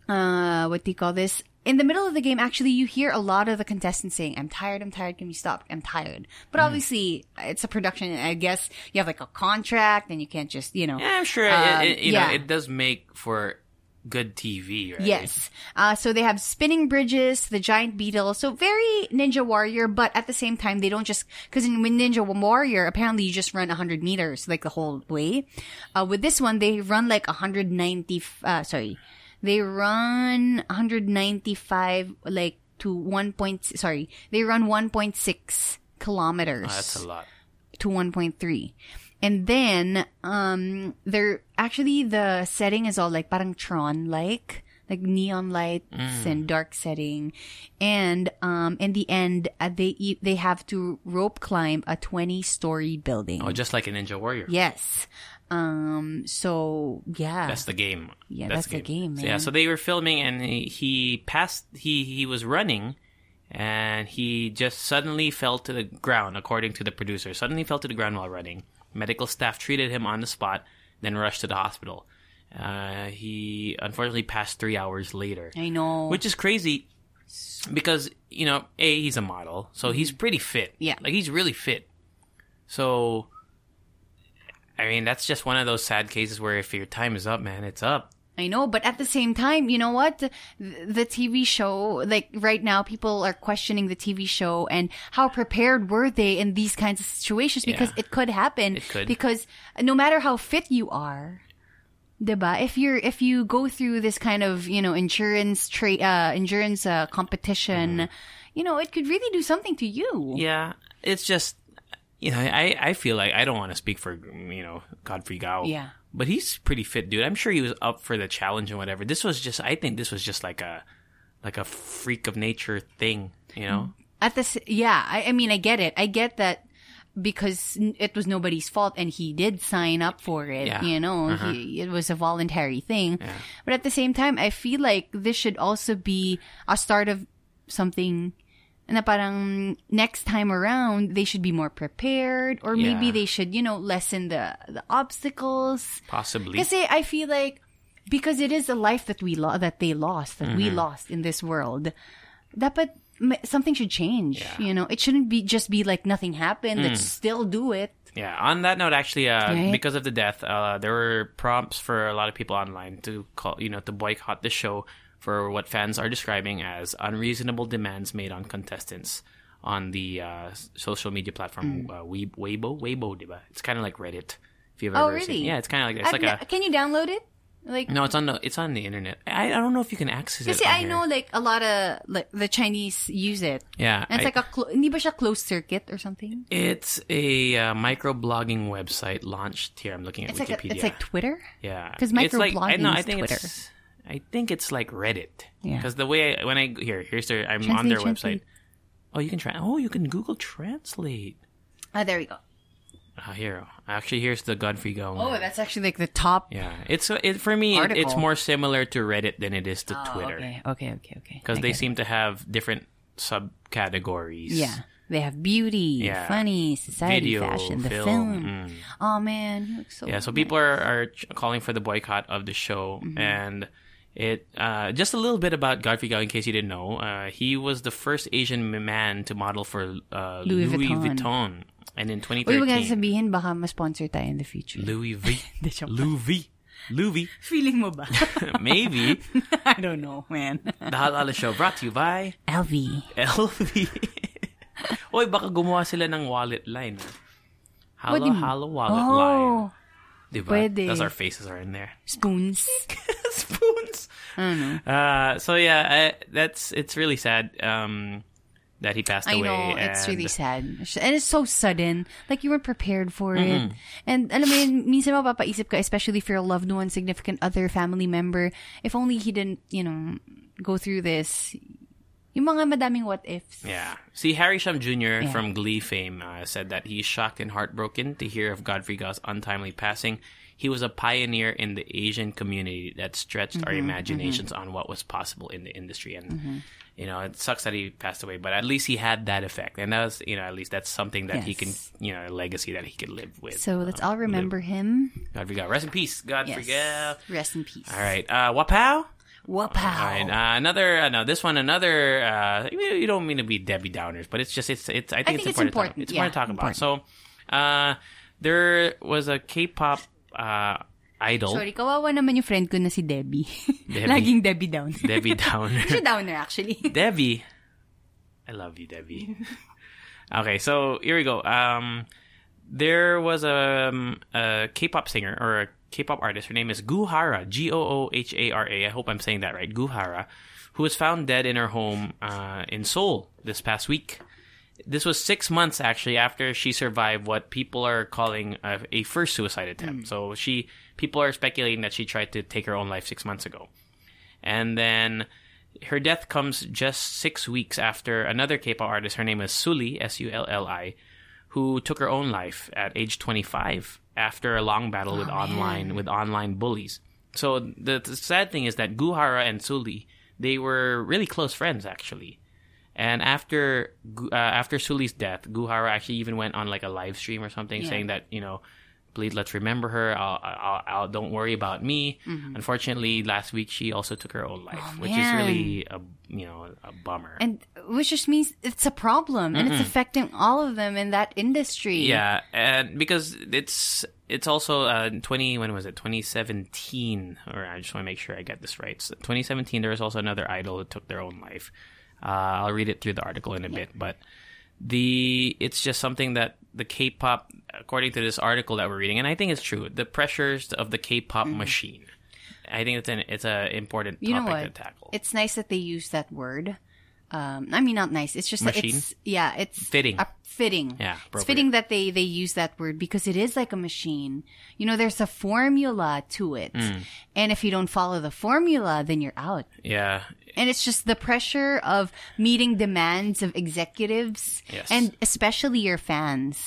uh, what do you call this? In the middle of the game, actually, you hear a lot of the contestants saying, "I'm tired. I'm tired. Can we stop? I'm tired." But obviously, it's a production. and I guess you have like a contract, and you can't just you know. Yeah, I'm sure. um, it, it, you yeah. know, it does make for good TV, right? Yes. Uh, so they have spinning bridges, the giant beetle. So very Ninja Warrior, but at the same time, they don't just, cause in with Ninja Warrior, apparently you just run 100 meters, like the whole way. Uh, with this one, they run like 190, f- uh, sorry. They run 195, like to 1 point, sorry. They run 1.6 kilometers Oh, that's a lot. to 1.3. And then, um, they're actually the setting is all like parang Tron like, like neon lights Mm. and dark setting. And, um, in the end, uh, they, e- they have to rope climb a 20 story building. Oh, just like a Ninja Warrior. yes. Um, so yeah. That's the game. Yeah, that's the game, So, man. Yeah, so they were filming and he, he passed he he was running and he just suddenly fell to the ground according to the producer. Suddenly fell to the ground while running. Medical staff treated him on the spot, then rushed to the hospital. Uh, he unfortunately passed 3 hours later. I know. Which is crazy because, you know, A, he's a model, so he's pretty fit. Mm-hmm. Yeah. Like, he's really fit. So, I mean, that's just one of those sad cases where if your time is up, man, it's up. I know, but at the same time, you know what? The, the TV show, like right now, people are questioning the TV show and how prepared were they in these kinds of situations because Yeah. it could happen. It could. Because no matter how fit you are, diba? If you're if you go through this kind of you know endurance tra- uh, endurance uh, competition, Mm-hmm. you know it could really do something to you. Yeah. It's just, you know, I, I feel like I don't want to speak for, you know, Godfrey Gao. Yeah. But he's pretty fit, dude. I'm sure he was up for the challenge and whatever. This was just, I think this was just like a, like a freak of nature thing, you know? At this, yeah, I, I mean, I get it. I get that because n- it was nobody's fault and he did sign up for it. Yeah. Uh-huh. You know, he, it was a voluntary thing. But at the same time, I feel like this should also be a start of something. Na parang next time around, they should be more prepared, or maybe Yeah. they should, you know, lessen the the obstacles. Possibly. Kasi I feel like because it is a life that we lo- that they lost that Mm-hmm. we lost in this world, dapat ma- something should change. You know, it shouldn't be just be like nothing happened. Let's Mm. still do it. Yeah. On that note, actually, uh, Right. because of the death, uh, there were prompts for a lot of people online to call, you know, to boycott the show for what fans are describing as unreasonable demands made on contestants on the uh, s- social media platform Mm. uh, Weib- Weibo. Weibo, diba? It's kind of like Reddit. If you've Oh, ever really? seen, yeah, it's kind of like it's I've like ne- can you download it? Like, a no, it's on the it's on the internet. I, I don't know if you can access it. kasi on I here. know like a lot of like the Chinese use it. Yeah, and it's I- like a clo- hindi ba siya closed circuit or something? It's a uh, microblogging website launched here. I'm looking It's at like a, Wikipedia. it's like Twitter. Yeah, 'Cause It's like- I microblogging know, I is think Twitter. It's, I think it's like Reddit. Yeah. Because the way I, when I here here's their I'm on Translate, their translate. website. Oh, you can try. Oh, you can Google Translate. Ah, there we go. Ah, here, actually, here's the Godfrey going. Oh, that's actually like the top. yeah. It's it for me. It, it's Article. more similar to Reddit than it is to Oh, Twitter Okay, okay, okay, okay. because I they get it. seem to have different subcategories. Yeah. They have beauty, Yeah. funny, society, Video, fashion, the film, mm. film. Oh man, he looks so Yeah, Mm-hmm. so people are, are ch- calling for the boycott of the show, and it uh, just a little bit about Godfrey Gao in case you didn't know. Uh, he was the first Asian m- man to model for uh, Louis Louis, Vuitton. Vuitton. and in Uy, wag 2013, natin sabihin, baka ma-sponsor tayo in the future. Louis V, Hindi, joke lang. Louis V, Louis, Feeling mo ba? maybe I don't know, man. the Halala Show brought to you by LV. LV. Oy, baka gumawa sila ng wallet line. Hala, Pwede mo. hala wallet line. Oh, Diba? pwede. Those our faces are in there. spoons. spoons. Uh, so yeah, I, that's it's really sad um, that he passed I away. know, it's and- really sad. And it's so sudden. Like, you weren't prepared for it. And alam mo yun, minsan mapapaisip ka, especially for your loved one, significant other, family member, if only he didn't, you know, go through this. Yung mga madaming what-ifs. Yeah. See, Harry Shum Jr. from Glee fame uh, said that he's shocked and heartbroken to hear of Godfrey Gau's untimely passing. He was a pioneer in the Asian community that stretched our Mm-hmm, imaginations on what was possible in the industry. And, you know, it sucks that he passed away, but at least he had that effect. And that was, you know, at least that's something that he can, Yes. you know, a legacy that he could live with. So let's all remember him. Godfrey Gau. Rest in peace, Godfrey Yes. Gau. Rest in peace. All right. Uh, Wapow? All Wapow. right. Uh, another, uh, no, this one, another, uh, you you don't mean to be Debbie Downers, but it's just, it's, it's, I think, think it's important. to talk- important, yeah, It's important to talk about. So, uh, there was a K-pop, uh, idol, Sorry, kawawa naman yung friend ko na si Debbie. Debbie. Laging Debbie down. Debbie Downer. Siya downer actually. Debbie. I love you, Debbie. okay, so here we go. Um, there was a, um, a K-pop singer or a K-pop artist. Her name is Guhara. G O O H A R A. I hope I'm saying that right. Guhara, who was found dead in her home uh, in Seoul this past week. This was six months actually after she survived what people are calling a, a first suicide attempt. So she, people are speculating that she tried to take her own life six months ago and then her death comes just six weeks after another K-pop artist. Her name is Sully, S-U-L-L-I, who took her own life at age 25 after a long battle with online with online bullies. So the, the sad thing is that Guhara and Sully they were really close friends actually. And after Gu- uh, after Suli's death, Guhara actually even went on like a live stream or something, Yeah. saying that you know, please let's remember her. I'll, I'll, I'll don't worry about me. Mm-hmm. Unfortunately, last week she also took her own life, which is Oh, man. really a you know a bummer. And which just means it's a problem and it's affecting all of them in that industry. Yeah, and because it's it's also uh, twenty when was it twenty seventeen? Or I just want to make sure I get this right. twenty seventeen, there was also another idol that took their own life. Uh, I'll read it through the article in a bit, but the it's just something that the K-pop, according to this article that we're reading, and I think it's true. The pressures of the K-pop machine. I think it's an it's a important Mm. You know topic to what? tackle. It's nice that they use that word. Um, I mean, not nice. It's just that Machine? it's yeah, it's Fitting. a- fitting. Yeah, it's appropriate. fitting that they they use that word because it is like a machine. You know, there's a formula to it, Mm. and if you don't follow the formula, then you're out. yeah, And it's just the pressure of meeting demands of executives Yes. and especially your fans.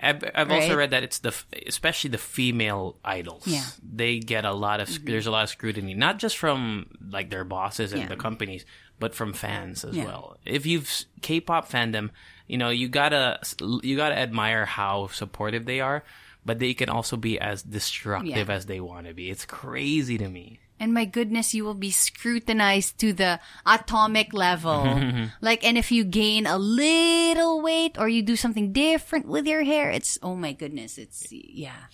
I've, I've also Right? read that it's the f- especially the female idols. Yeah. Mm-hmm. they get a lot of sc- there's a lot of scrutiny, not just from like their bosses and Yeah. the companies, but from fans as Yeah. well. If you've s- K-pop fandom, you know you gotta s- you gotta admire how supportive they are, but they can also be as destructive Yeah. as they want to be. It's crazy to me. And my goodness, you will be scrutinized to the atomic level. like, and if you gain a little weight or you do something different with your hair, it's, oh my goodness, it's, yeah.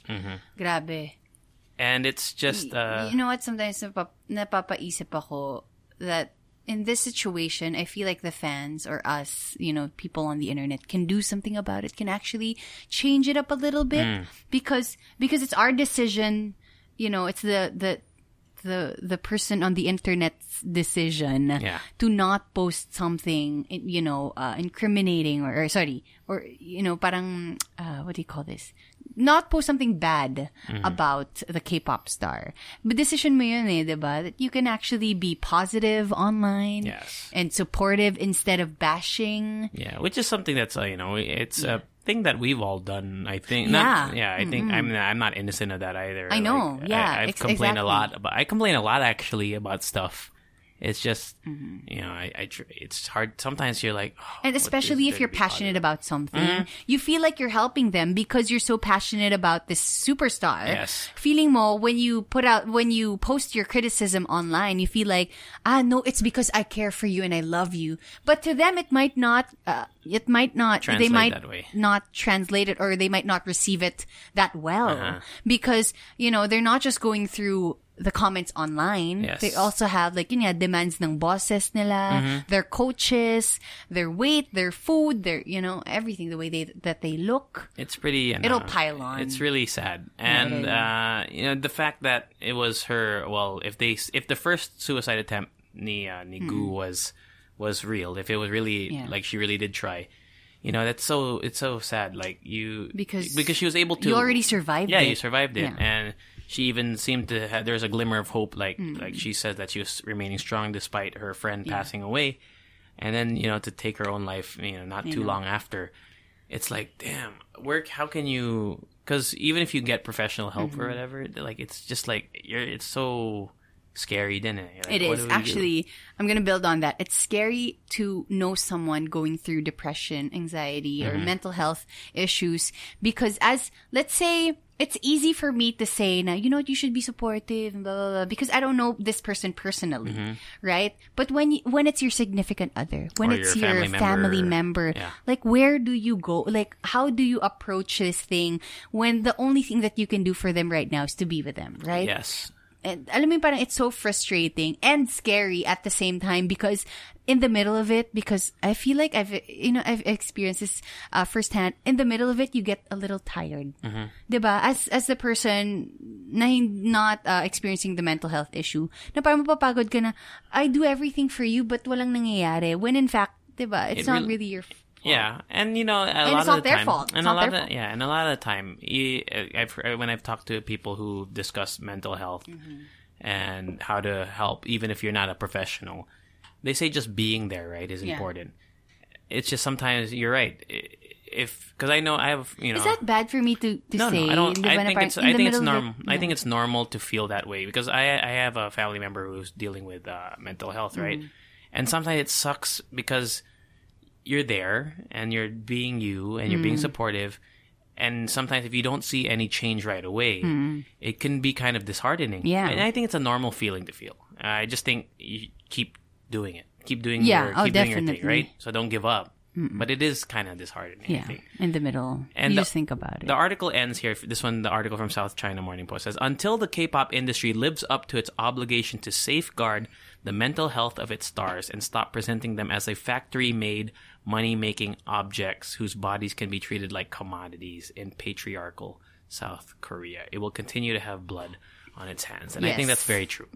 Grabe. And it's just uh, you know what? Sometimes napap- napapaisip ako that in this situation, I feel like the fans or us, you know, people on the internet can do something about it, can actually change it up a little bit because because it's our decision, you know, it's the the the the person on the internet's decision Yeah. to not post something, you know, uh, incriminating or, or sorry, or you know, parang uh, what do you call this? Not post something bad Mm-hmm. about the K-pop star. But decision mo yun eh, diba? That you can actually be positive online Yes. and supportive instead of bashing. Yeah, which is something that's uh, you know it's a thing that we've all done. I think. Yeah. Mm-hmm. Not, yeah. I think I'm I'm not innocent of that either. I know, yeah, I, I've ex- complained exactly. a lot about. I complain a lot actually about stuff. It's just Mm-hmm. you know, I, I tr- it's hard. Sometimes you're like, oh, And what is especially if there you're to be Mm-hmm. bothered passionate about something, you feel like you're helping them because you're so passionate about this superstar. Yes. Feeling mo when you put out when you post your criticism online, you feel like, ah no, it's because I care for you and I love you. But to them it might not uh, it might not Translate they might that way. not translate it or they might not receive it that well Uh-huh. because, you know, they're not just going through the comments online. Yes. They also have like, you know, demands ng bosses nila, Mm-hmm. their coaches, their weight, their food, their, you know, everything, the way they, that they look. It's pretty. you It'll know, pile on. It's really sad, and uh, you know the fact that it was her. Well, if they if the first suicide attempt ni uh, ni Gu was was real, if it was really Hmm. Yeah. like she really did try, you know that's so it's so sad. Like you Because because she was able to you already survived Yeah, it. you survived it, Yeah. and she even seemed to have. There's a glimmer of hope. Like Mm. like she said that she was remaining strong despite her friend passing away, and then you know to take her own life. You know, not too long after it's like damn work how can you because even if you get professional help Mm-hmm. or whatever like it's just like you're it's so scary then it It is actually. I'm gonna build on that. It's scary to know someone going through depression, anxiety, or Mm-hmm. mental health issues because, as let's say, it's easy for me to say now, you know what, you should be supportive, and blah blah blah, because I don't know this person personally, right? But when you, when it's your significant other, when Mm-hmm. Or it's your your family family member. member, Yeah. like where do you go? Like how do you approach this thing when the only thing that you can do for them right now is to be with them, right? yes and alam mo yun, parang it's so frustrating and scary at the same time because in the middle of it, because I feel like I've, you know, I've experienced this uh, firsthand. In the middle of it, you get a little tired. Mm-hmm. Diba? As, as the person na hin- not uh, experiencing the mental health issue, na parang mapapagod ka na, I do everything for you, but walang nangyayari. When in fact, diba? It's It not really- really your f- yeah and you know a lot it's of not the their time fault. It's and not a lot their of yeah and a lot of the time you, I've, when i've talked to people who discuss mental health Mm-hmm. and how to help even if you're not a professional they say just being there right is Yeah. important it's just sometimes you're right I- if because i know i have you know Is that bad for me to, to no, say? no, I don't. Diba? I Na think parang it's. in I the think it's middle of normal. it- I think it's normal to feel that way because I I have a family member who's dealing with uh, mental health, right? Mm-hmm. And sometimes it sucks because you're there and you're being you and you're Mm-hmm. being supportive, and sometimes if you don't see any change right away, it can be kind of disheartening. Mm-hmm. Yeah. and I think it's a normal feeling to feel. I just think you keep doing it, keep doing Yeah, your, oh, keep doing your thing, definitely. right? So don't give up. But it is kind of disheartening. I Yeah, think. in the middle. And you the- just think about it. The article ends here. This one, the article from South China Morning Post says Until the K pop industry lives up to its obligation to safeguard the mental health of its stars and stop presenting them as a factory made, money making objects whose bodies can be treated like commodities in patriarchal South Korea, it will continue to have blood on its hands. And I think Yes. that's very true.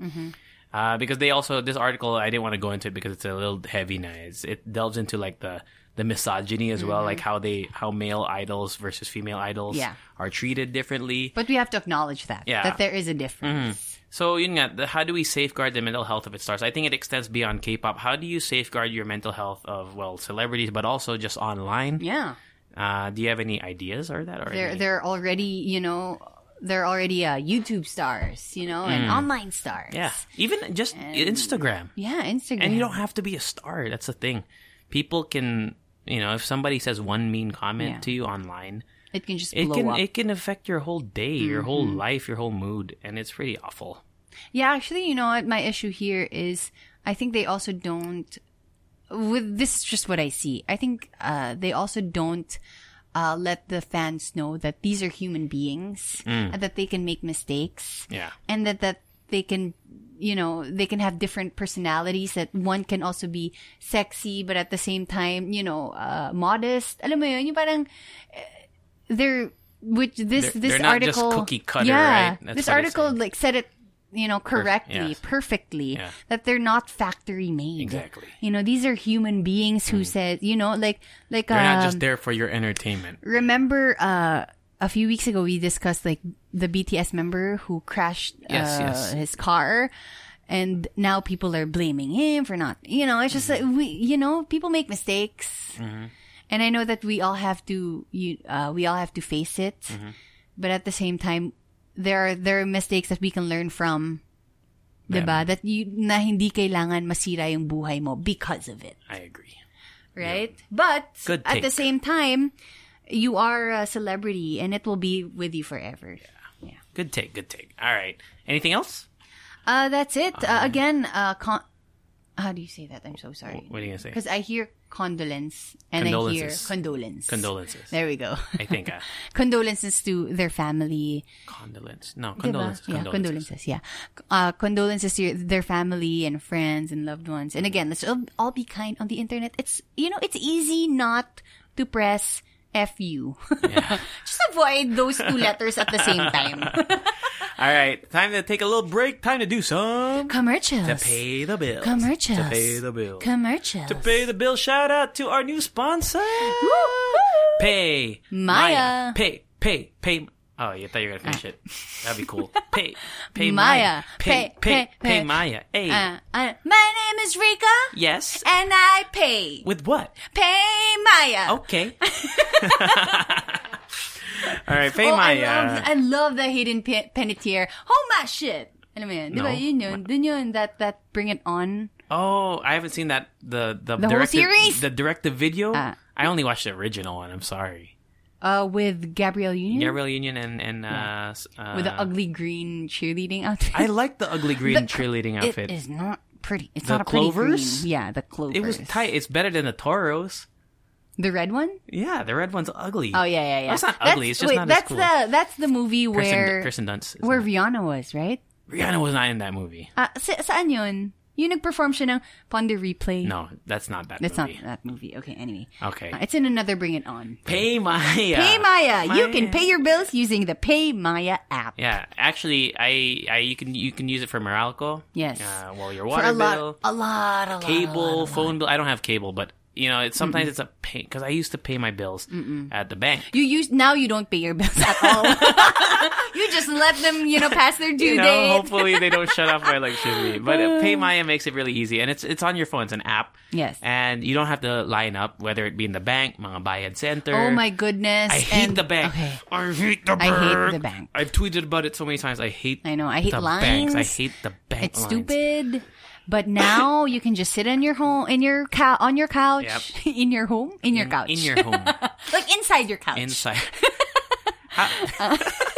Uh, because they also this article I didn't want to go into it because it's a little heavy now. It's, it delves into like the the misogyny as well, like how they how male idols versus female idols Mm-hmm. Yeah. are treated differently. But we have to acknowledge that. Yeah. That there is a difference. So yun nga, the, how do we safeguard the mental health of its stars? I think it extends beyond K-pop. How do you safeguard your mental health of well celebrities, but also just online? Yeah. Uh, do you have any ideas or that? Or They're any- they're already, you know, they're already uh, YouTube stars, you know, and online stars. Mm. yeah, even just Instagram. Yeah, Instagram. And you don't have to be a star. That's the thing. People can, you know, if somebody says one mean comment Yeah. to you online, it can just it blow can up. Mm-hmm. it can affect your whole day, your whole life, your whole mood, and it's pretty awful. Yeah, actually, you know what? My issue here is I think they also don't. With this is just what I see. I think uh, they also don't uh, let the fans know that these are human beings and that they can make mistakes. Mm. Yeah. and that that they can you know they can have different personalities that one can also be sexy but at the same time you know uh, modest alam mo yun yung parang eh, they're which this They're- this they're not just article cookie cutter, yeah right? That's this what it's article saying. like said it you know correctly yes. perfectly Yeah. that they're not factory made Exactly. Hmm. you know these are human beings who said you know like like They're um, not just there for your entertainment. remember uh a few weeks ago we discussed like the BTS member who crashed uh, Yes, yes. his car and now people are blaming him for not you know it's just like we you know people make mistakes Mm-hmm. and I know that we all have to you uh, we all have to face it Mm-hmm. but at the same time there are there are mistakes that we can learn from Diba? That you, na hindi kailangan masira yung buhay mo because of it. I agree. right? But Good at the take. same time, you are a celebrity and it will be with you forever. Good take. Good take. All right. Anything else? Uh, that's it. Uh, again, uh, con- how do you say that? I'm so sorry. What are you gonna say? Because I hear condolence and I hear Condolences. condolence. Condolences. There we go. I think uh, condolences to their family. condolence. No, Diba? condolences. Yeah, Condolences. condolences. Yeah. Uh, condolences to your, their family and friends and loved ones. And again, let's all, all be kind on the internet. It's, you know, it's easy not to press F you. Just avoid those two letters at the same time. All right. Time to take a little break. Time to do some Commercials. to pay the bills. Commercials. To pay the bill. Commercials. to pay the bill. Shout out to our new sponsor. Pay Maya. Ah. Pay pay pay. Oh, you thought you were gonna finish it. That'd be cool. Pay pay Maya. Maya. Pay Pay- pay pay, pay- pay. Maya. Hey. Uh, uh, my name is Rika yes. and I pay. With what? Pay Oh. Maya. Okay. All right. Pay uh, Oh, Maya. I love, I love the hidden pe- penitier. Oh my shit. Alam mo yun? Di ba No. yun yun? Dun yun, that, that Bring It On. Oh, I haven't seen that the the, The whole direct series? the direct to video. Ah. I only watched the original one. I'm sorry. Uh, with Gabrielle Union? Gabrielle Union and and uh, s- uh with the ugly green cheerleading outfit. I like the ugly green The- cheerleading outfit. It is not pretty. It's The not a pretty clovers? green. Yeah, the clovers. It was tight. It's better than the Toros. The red one? Yeah, the red one's ugly. Oh, yeah, yeah, yeah. That's not That's- ugly. It's just wait, not that's as cool. The, that's the movie Kirsten, where, Kirsten Dunst. is where in Rihanna was, right? it. Rihanna was not in that movie. Ah, sa- saan yun? Yung nag-perform siya ng Ponder Replay. No, that's not that That's not movie. that movie. Okay, anyway. Okay. Ah, it's in another Bring It On. Pay Maya. Pay Maya. You can pay your bills using the Pay Maya app. Yeah, actually, I, I you can you can use it for Meralco. Yes. Uh, well, your For water a bill. lot, Oh, a lot, a lot. cable, phone bill. I don't have cable, but you know, it's sometimes it's a pain because I used to pay my bills at the bank. You use now. You don't pay your bills at all. you just let them, you know, pass their due You know, date. hopefully they don't shut off my electricity. But uh, PayMaya makes it really easy, and it's it's on your phone. It's an app. Yes. and you don't have to line up whether it be in the bank, mga bayad center. oh my goodness! I hate And- the bank. Okay, I hate the I bank. hate the bank. I've tweeted about it so many times. I hate. I know. I hate the lines. banks. I hate the bank. it's lines. stupid. But now you can just sit in your home, in your cou- on your couch, in your home, in your couch, in your home, like inside your couch. inside.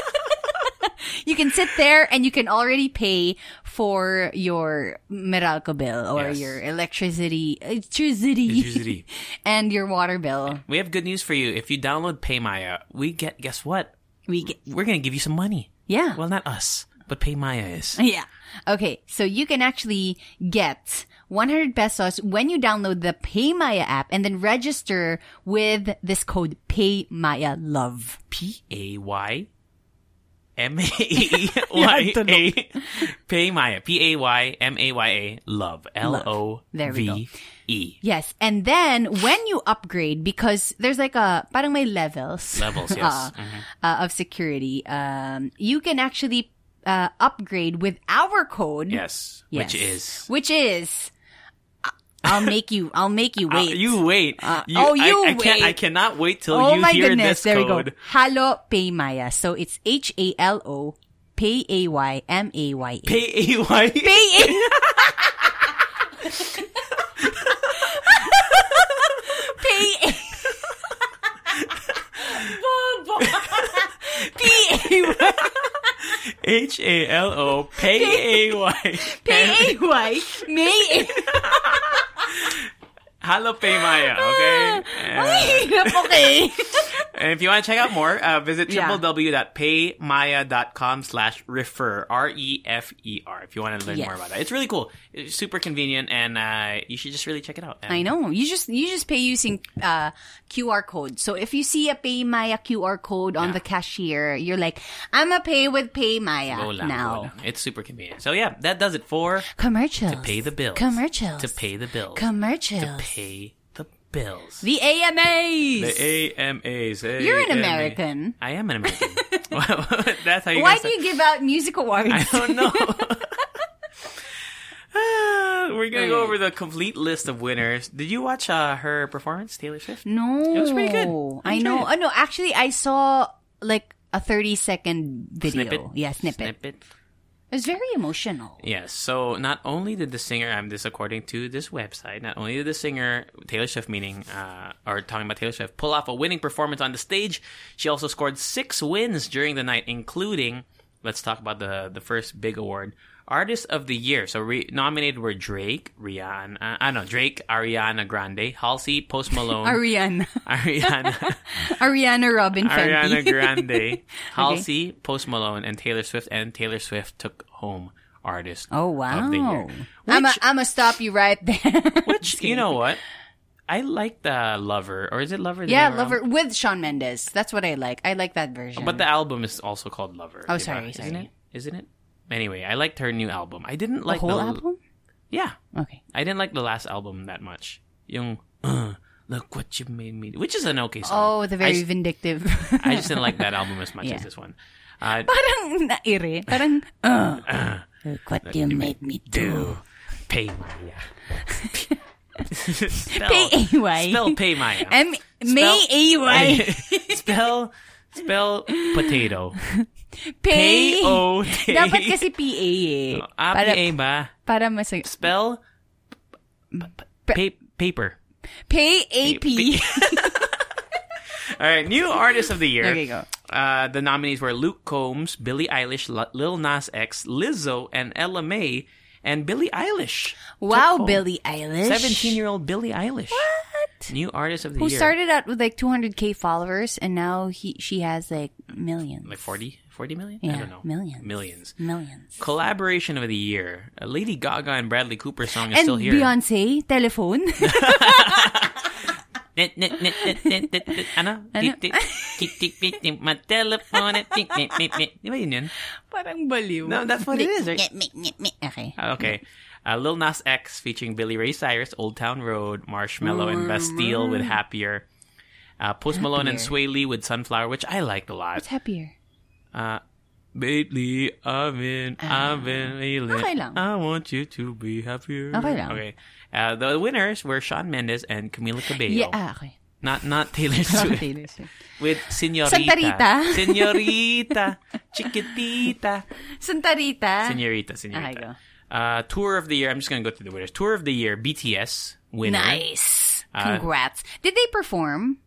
you can sit there and you can already pay for your Meralco bill or Yes. your electricity, electricity, Electricity. and your water bill. we have good news for you. If you download PayMaya, we get guess what? We get, We're gonna give you some money. yeah. Well, not us, but Pay Maya is. Yeah. Okay. So you can actually get 100 pesos when you download the PayMaya app and then register with this code PayMayaLove. P A Y M A E Y A. Pay Maya. P A Y M A Y A. Love. L O There we go. V E. Yes. And then when you upgrade, because there's like a, parang may levels. Levels, yes. Mm-hmm. uh, uh, of security, um, you can actually uh, upgrade with our code. Yes. Yes. Which is. Which is, I- I'll make you, I'll make you wait. Uh, you wait. oh, you I, I Can't, I wait. cannot wait till oh you my hear goodness! this there code. we go. Halo Paymaya. So it's H A L O P A Y M A Y A. Pay A E Y. Pay A. Pay A. P A H A L O. Pay A Y. P A Y E. May Hello, Pay Maya. Okay. A. Uh, Okay. And if you want to check out more, uh, visit Yeah. www.paymaya.com slash refer, E R-E-F-E-R, if you want to learn more Yes. about it. It's really cool. It's super convenient, and uh, you should just really check it out. And I know. You just you just pay using uh, QR code. So if you see a PayMaya QR code on the cashier, you're like, I'm a pay with PayMaya Go lang, now. go lang. It's super convenient. So, yeah, that does it for Commercials. To Pay the Bills. Commercials. To pay the bills. Commercials. To pay the bills. the AMAs. The AMAs. You're an American. I am an American. That's how you Why guys do you give out music awards? I don't know. Ah, We're gonna go over the complete list of winners. Did you watch uh, her performance, Taylor Swift? no. It was pretty good. I Enjoyed know. it. Oh, no. Actually, I saw like a 30 second video. Snippet? Yeah, snippet. Snippet. was very emotional. Yes. So not only did the singer, I'm this according to this website, not only did the singer Taylor Swift, meaning uh, or talking about Taylor Swift, pull off a winning performance on the stage, she also scored six wins during the night, including let's talk about the the first big award, Artist of the Year. So re- nominated were Drake, Rihanna, uh, I don't know Drake, Ariana Grande, Halsey, Post Malone, Ariana. Ariana. Ariana Robin Ariana Fenty. Grande, Halsey, Post Malone, and Taylor Swift, and Taylor Swift took home artist. Oh, wow. Of the year. I'm going to stop you right there. Which you know what? I like the Lover, or is it Lover? the yeah, name of the Lover album? with Sean Mendes. That's what I like. I like that version. But the album is also called Lover. Oh, diba? sorry, Isn't sorry. it? Isn't it? Anyway, I liked her new album. I didn't The like whole album? Yeah, Okay. I didn't like the last album that much. Yung uh, look what you made me, which is an okay song. Oh, the I, very s- vindictive. I just didn't like that album as much Yeah. as this one. Uh, Parang naire. Parang, uh, look what you made me do. do pay Maya. spell, Pay AY. Oh, Spell pay Maya. M- May A-Y. spell spell potato. Pay. P O E. Dapat T. kasi PA eh. Ah, para, PA ba? para mas... Spell p- p- pa- paper. Pay AP. E. All right, new artist of the year. Okay, go. Uh, the nominees were Luke Combs, Billie Eilish, L- Lil Nas X, Lizzo, and Ella May, and Billie Eilish. Wow, Took home. Billie Eilish. 17 year old Billie Eilish. What? New artist of the Who year. started out with like 200k followers and now he she has like millions. Like 40? 40 million? I Yeah, don't know. millions. Millions. Millions. Collaboration of the year. Uh, Lady Gaga and Bradley Cooper song is and still here. Beyonce, telephone. Nit, nit, nit, nit, nit, nit, nit. Ano? Ano? Tik, tik, tik, tik, tik, tik, My telephone. tik, tik, tik, tik. Di ba yun yun? Parang baliw. No, that's what it is. right? Okay. Okay. Uh, Lil Nas X featuring Billy Ray Cyrus, Old Town Road, Marshmallow, and Bastille with Mm-hmm. Happier. Uh, Post Malone and Sway Lee with Sunflower, which I liked a lot. It's happier. Lately, I've been, I've been feeling. Ah. okay lang. I want you to be happier. Okay lang. Okay. Uh, the winners were Sean Mendes and Camila Cabello. Yeah, ah, okay. Not not Taylor Swift. Taylor Swift. With Senorita. Santa Rita. Senorita. Chiquitita. Santa Rita. Senorita. Okay, Senorita. Ah. go. Uh, tour of the year. I'm just gonna go through the winners. Tour of the year. BTS winner. Nice. Uh, Congrats. Did they perform?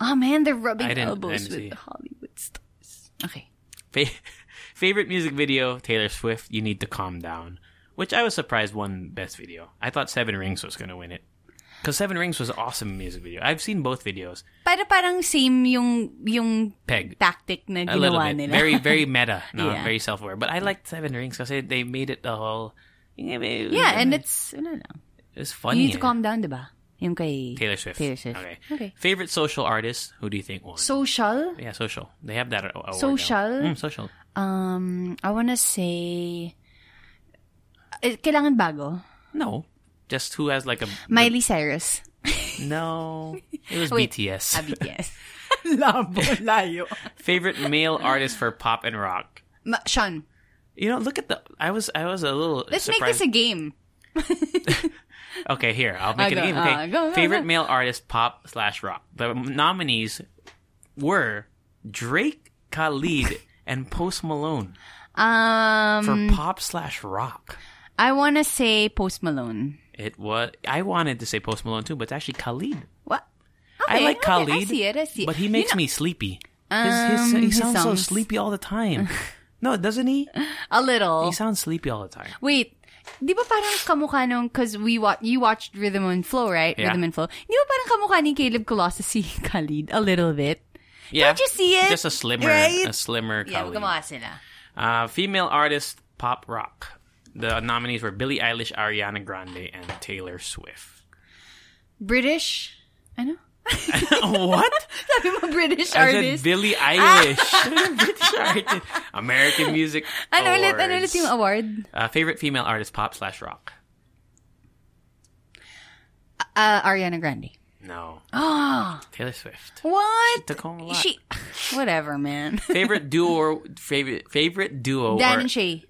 Oh man, they're rubbing I didn't- elbows I didn't with see. the Hollywood stars. Okay. Fa- favorite music video. Taylor Swift. You need to calm down. Which I was surprised won best video. I thought Seven Rings was gonna win it. Because Seven Rings was an awesome music video. I've seen both videos. Para parang same yung yung Peg. tactic na A little ginawa bit. nila. Very, very meta. No, Yeah. very self aware. But I liked Seven Rings because they made it the whole. yeah, Yeah, and it's ano lang. it's You funny. need to calm down, diba? Yung kay Taylor Swift. Taylor Swift. Okay. Okay. Favorite social artist? Who do you think won? Social. yeah, social. They have that. a- Award now. Social? Mm, social. Um, I wanna say. Eh, Kailangan bago. No, just who has like a Miley Cyrus. no. It was Wait. BTS. Ah, BTS. Labo, layo. Favorite male artist for pop and rock. Ma- Sean, You know, look at the. I was I was a little. let's make surprised. this a game. Okay, here I'll make Ah, it go- a game. ah, Okay. go, go, Favorite go. male artist pop slash rock. The nominees were Drake, Khalid, and Post Malone Um, for pop slash rock. I wanna say Post Malone. It was. I wanted to say Post Malone too, but it's actually Khalid. What? I Okay, like okay, Khalid, I see it. I see it. but he You makes know- um, me sleepy. His, his, he his sounds so songs. sleepy all the time. no, doesn't he? a little. He sounds sleepy all the time. Wait, di ba parang kamukha nung, cause we wa- you watched Rhythm and Flow, right? Yeah. Rhythm and Flow. Di ba parang kamukha ni Caleb Colossus si Khalid? A little bit. Yeah, Don't you see it? Just a slimmer, Right? a slimmer Yeah, Khalid. gumawa sila. Uh, female artist pop rock. The nominees were Billie Eilish, Ariana Grande, and Taylor Swift. British? Ano? what? Sabi mo British I said artist? Billie Eilish. British artist. American Music. ano ulit? Ano ulit Awards. yung award? Uh, favorite female artist pop slash rock. Uh, Ariana Grande. No, Ah, Taylor Swift. what? Took home a lot. She, whatever, man. favorite duo or favorite favorite duo Dan or, and Shay.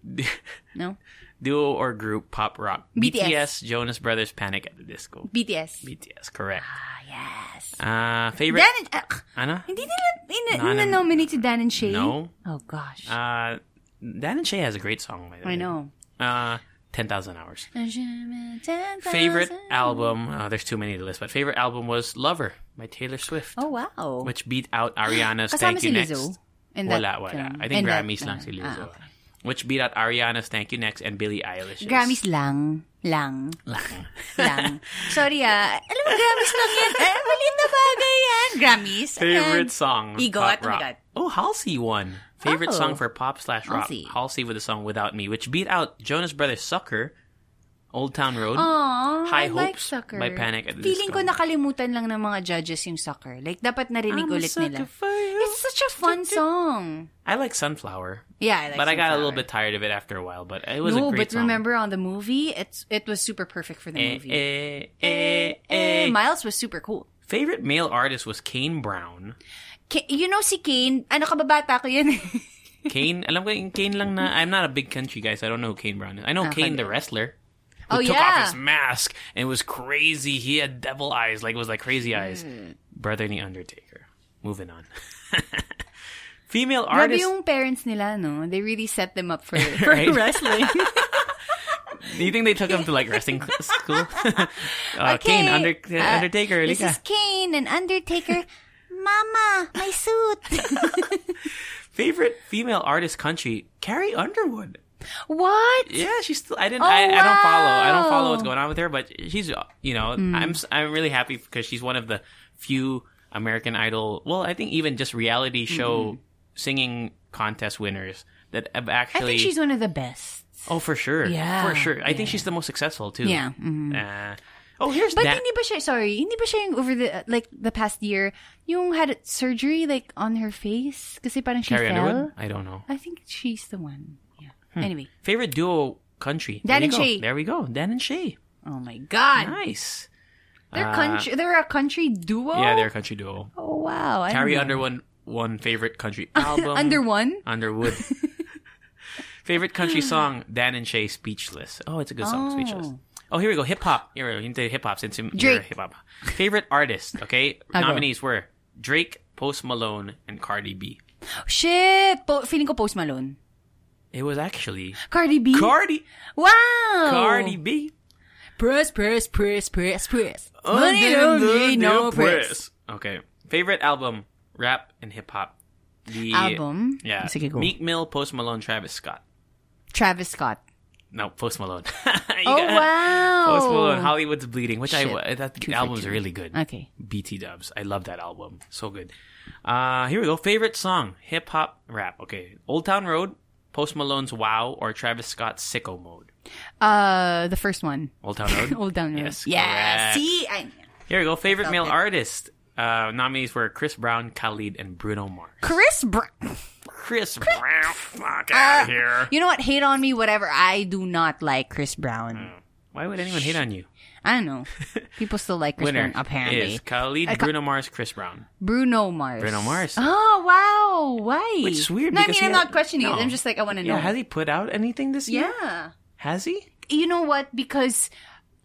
No? duo or group pop rock BTS. Jonas Brothers Panic at the Disco BTS. BTS correct Ah, yes. uh favorite Dan and, ah, Anna hindi nila, Nan and- ina, nominate si Dan and Shay? No. Oh, gosh. uh Dan and Shay has a great song. by the I way. know. Uh, ten thousand hours. Favorite album? Uh, there's too many to list, but favorite album was "Lover" by Taylor Swift, Oh, wow. which beat out Ariana's Kasama "Thank si You Next." Lizzo. In wala, wala. um, I think in that- Grammys lang si ah, Lizzo. okay. Which beat out Ariana's "Thank You Next" and Billie Eilish. Grammys lang. Lang. lang. Sorry ah. Alam mo, Grammys lang yan. Eh, maliit na bagay yan. Grammys. Ayan. Favorite song. Igot, pop oh my rock. God. Oh, Halsey won. Favorite Oh. song for pop slash rock. Halsey. Halsey. with the song "Without Me," which beat out Jonas Brothers' "Sucker," Old Town Oh, Road, Aw, High I like Hopes Sucker. by Panic at the Feeling Disco. ko nakalimutan lang ng mga judges yung Sucker. Like, dapat narinig I'm a ulit sucker nila. for you. It's such a fun song. I like Sunflower, Yeah, I like but I got a little Sunflower. bit tired of it after a while. But it was no, a but great song. remember on the movie, it's it was super perfect for the Eh, movie. eh, eh, Eh, eh. Miles was super cool. Favorite male artist was Kane Brown. K- you know si Kane, ano kababata ko yun. Kane, alam ko yung Kane lang Mm-hmm. na, I'm not a big country guy, so I don't know who Kane Brown is. I know Okay. Kane the wrestler. Ah, Oh, Who took yeah. off his mask and was crazy. He had devil eyes, like it was like Hmm. crazy eyes. Brother ni Undertaker. Moving on. Female Grabe artist. yung parents nila, no? They really set them up for, for Right? wrestling. Do you think they took him to like wrestling cl- school? uh, Okay, Kane, Under- uh, Undertaker, This lika. is Kane and Undertaker. Mama, my suit. Favorite female artist country, Carrie Underwood. what? Yeah, she's still. I didn't. Oh, I, I don't follow. I wow. Hmm. don't follow what's going on with her, but she's. uh, You know, I'm. s- I'm really happy because she's one of the few American Idol. Well, I think even just reality Mm-hmm. show singing contest winners that have I actually. think she's one of the best. oh, for sure. Yeah, for sure. I think she's the most successful too. Yeah, mm-hmm. Uh, oh, here's But that. hindi ba siya, sorry, hindi ba siya yung over the, uh, like, the past year, yung had surgery, like, on her face? Kasi parang she Carrie fell. Underwood. I don't know. I think she's the one. Yeah. Anyway. Favorite duo country. Dan There you and go. Shay. There we go. Dan and Shay. Oh my god. Nice. They're Uh, country they're a country duo? Yeah, they're a country duo. Oh wow. I Carrie don't know. Underwood won favorite country album. Under one? Underwood. Favorite country song, Dan and Shay, Speechless. Oh, it's a good song, Speechless. Oh. Oh, here we go. Hip hop. Here we go. Into hip hop since you're Drake. hip hop. Favorite artist, okay? I'll go. Nominees were Drake, Post Malone, and Cardi B. Shit. Po- feeling ko Post Malone. It was actually Cardi B. Cardi. wow. Oh. Cardi B. Press, press, press, press, press. Under Money don't the need no new press. press. Okay. Favorite album, rap and hip hop. The Album? Yeah. Sige, go. Meek Mill, Post Malone, Travis Scott. Travis Scott. No, Post Malone. Oh wow. Post Malone, Hollywood's Bleeding, which I Oh. Shit. that Two for album's two. really good. Okay. BT Dubs, I love that album, so good. Uh, here we go. Favorite song, hip hop, rap. Okay, Old Town Road, Post Malone's Wow, or Travis Scott's Sicko Mode. Uh the first one. Old Town Road. Old Down Road. Yes, yeah. correct. See I Here we go. Favorite male artist. Uh, nominees were Chris Brown, Khalid, and Bruno Mars. Chris Br- Chris Brown, fuck Ah. out of here. You know what? Hate on me, whatever. I do not like Chris Brown. Hmm. Why would anyone hate on you? I don't know. People still like Chris Brown, Winner apparently. is Khalid, Uh, Ka- Bruno Mars, Chris Brown. Bruno Mars. Bruno Mars. Oh wow! Why? Which is weird No, I because mean he I'm had- not questioning No. it. I'm just like I want to know. Yeah, has he put out anything this year? Yeah. Has he? You know what? Because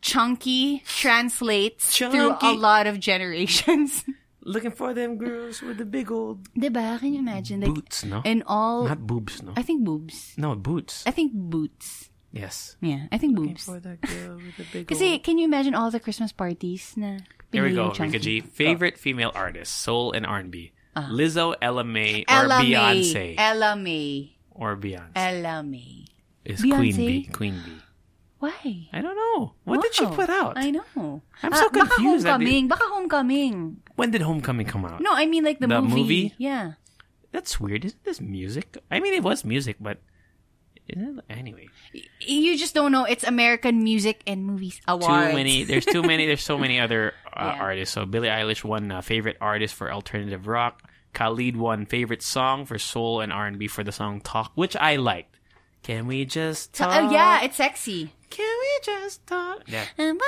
chunky translates through a Chunky. lot of generations. Looking for them girls with the big old Diba? Can you imagine? Like boots, no? in all, Oh. Not boobs, no? I think boobs. No, boots. I think boots. Yes. Yeah, I think boobs. the girl with the big Kasi can you imagine all the Christmas parties na? Here we pinili go, yung chunky? Uh-huh. Rika G. Favorite female artist, soul and R&B. Lizzo, Ella May, or Ella May. Eh. Beyonce. Ella May. or Beyonce. Ella May. is Beyonce? Queen B. Queen B. Why? I don't know. What did she Wow. put out? I know. Ah, I'm so confused Baka that they- homecoming. Baka homecoming. When did Homecoming come out? No, I mean like the, The movie? Yeah. That's weird. Isn't this music? I mean, it was music, but... isn't it- Anyway. You just don't know. It's American Music and Movies too Awards. many. There's too many. There's so many other uh, Yeah. artists. So Billie Eilish won uh, favorite artist for alternative rock. Khalid won favorite song for soul and R and B for the song "Talk," which I liked. Can we just So, talk? oh yeah, it's sexy. Can we just talk? Yeah. Naging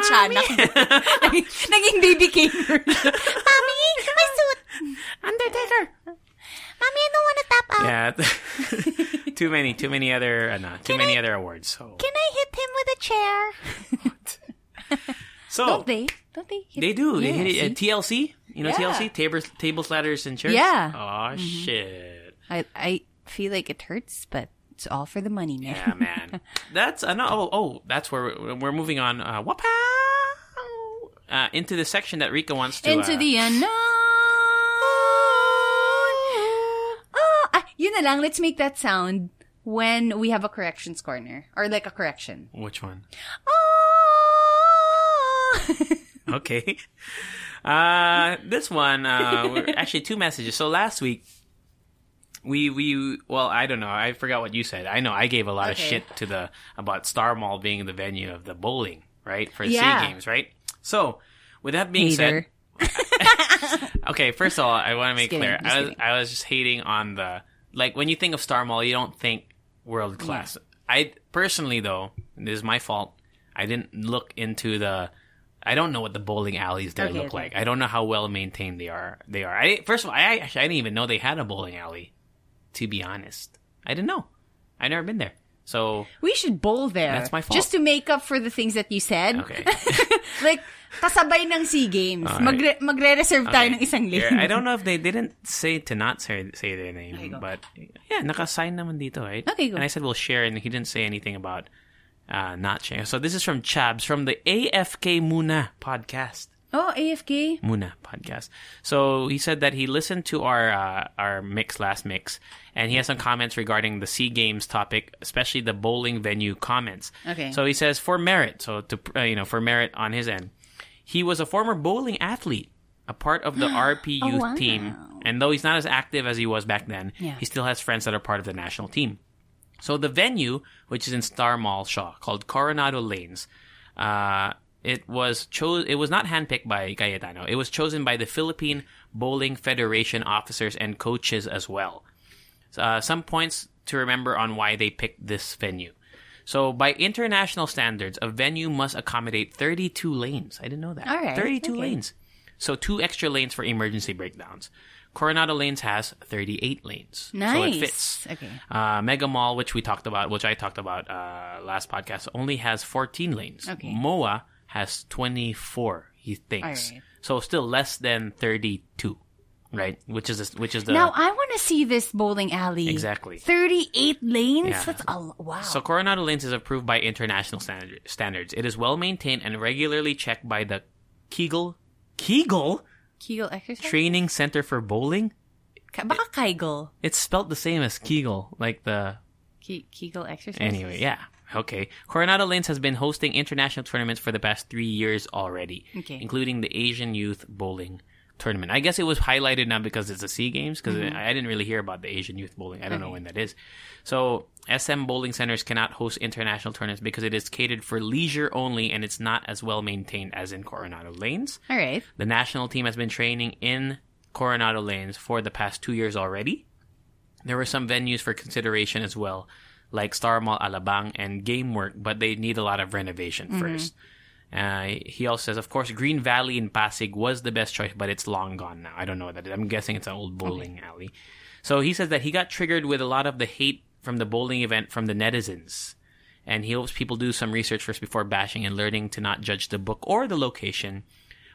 tiyanak. Naging- Naging baby king version. Mommy, my suit. Undertaker. Mommy, I don't want to tap out. Yeah. too many. Too many other. Uh, no, too many other awards. So. Can I hit him with a chair? so Don't they? Don't they? Hit They do. Yeah, they uh, hit it see? at TLC. You know Yeah. TLC? Tables, tables, ladders, and chairs? Yeah. Mm-hmm. Aw, shit. I I feel like it hurts, but it's all for the money, man. Yeah, man. That's uh, no, oh, oh, that's where we're, we're moving on. Uh, whoop, uh, into the section that Rika wants to. Into uh, the unknown. Oh, ah, yun na lang. Let's make that sound when we have a corrections corner or like a correction. Which one? Oh. Okay. Uh, this one, uh, we're- actually two messages. So last week, we, we, well, I don't know. I forgot what you said. I know I gave a lot of Okay. shit to the, about Star Mall being the venue of the bowling, right? For the Yeah. Sea Games, right? So, with that being Hater. said, okay, first of all, I want to make kidding, clear. just I was, kidding. I was just hating on the, like, when you think of Star Mall, you don't think world class. I, personally though, and this is my fault. I didn't look into the, I don't know what the bowling alleys there Okay, look okay. like. I don't know how well maintained they are. They are. I first of all, I actually I didn't even know they had a bowling alley. To be honest, I didn't know. I never been there. So We should bowl there. That's my fault. Just to make up for the things that you said. okay, like, kasabay ng SEA Games. Alright. Magre- magre-reserve tayo ng isang Yeah, lane. I don't know if they they didn't say to not say say their Okay, name, go. but yeah, nakasign naman dito, right? Okay, go. And I said we'll share, and he didn't say anything about uh, not sharing. So this is from Chabs from the AFK Muna podcast. Oh, AFK. Muna podcast. So he said that he listened to our uh, our mix last mix, and he has some comments regarding the Sea Games topic, especially the bowling venue comments. Okay. So he says for merit, so to uh, you know for merit on his end, he was a former bowling athlete, a part of the RP Oh, youth wow. team, and though he's not as active as he was back then, Yeah. he still has friends that are part of the national team. So the venue, which is in Star Mall Shaw, called Coronado Lanes, uh, it was chose. It was not handpicked by Cayetano. It was chosen by the Philippine Bowling Federation officers and coaches as well. Uh, some points to remember on why they picked this venue. So, by international standards, a venue must accommodate 32 lanes. I didn't know that. All right, 32 okay. lanes. So, two extra lanes for emergency breakdowns. Coronado Lanes has 38 lanes. So, Nice. it fits. Okay. Uh, Mega Mall, which we talked about, which I talked about uh, last podcast, only has 14 lanes. Okay. MOA has 24, he thinks. Alright. So still less than 32, right? Which is the, which is the Now, I want to see this bowling alley. Exactly. 38 lanes? Yeah. That's a lot. Wow. So Coronado Lanes is approved by international standard, standards. It is well maintained and regularly checked by the Kegel Kegel Kegel exercise? Training Center for Bowling. Ka- Baka Kegel. It's spelt the same as Kegel, like the Ke- Kegel exercise? Anyway, yeah. Okay. Coronado Lanes has been hosting international tournaments for the past three years already, Okay. including the Asian Youth Bowling Tournament. I guess it was highlighted now because it's the SEA Games, because I I didn't really hear about the Asian Youth Bowling. I don't know Mm-hmm. Okay. when that is. So, SM bowling centers cannot host international tournaments because it is catered for leisure only and it's not as well maintained as in Coronado Lanes. All right. The national team has been training in Coronado Lanes for the past two years already. There were some venues for consideration as well, like Star Mall Alabang and Gamework, but they need a lot of renovation first. Uh, he also says, of course, Green Valley in Pasig was the best choice, but it's long gone now. I don't know what that is. I'm guessing it's an old bowling alley. So he says that he got triggered with a lot of the hate from the bowling event from the netizens. And he hopes people do some research first before bashing and learning to not judge the book or the location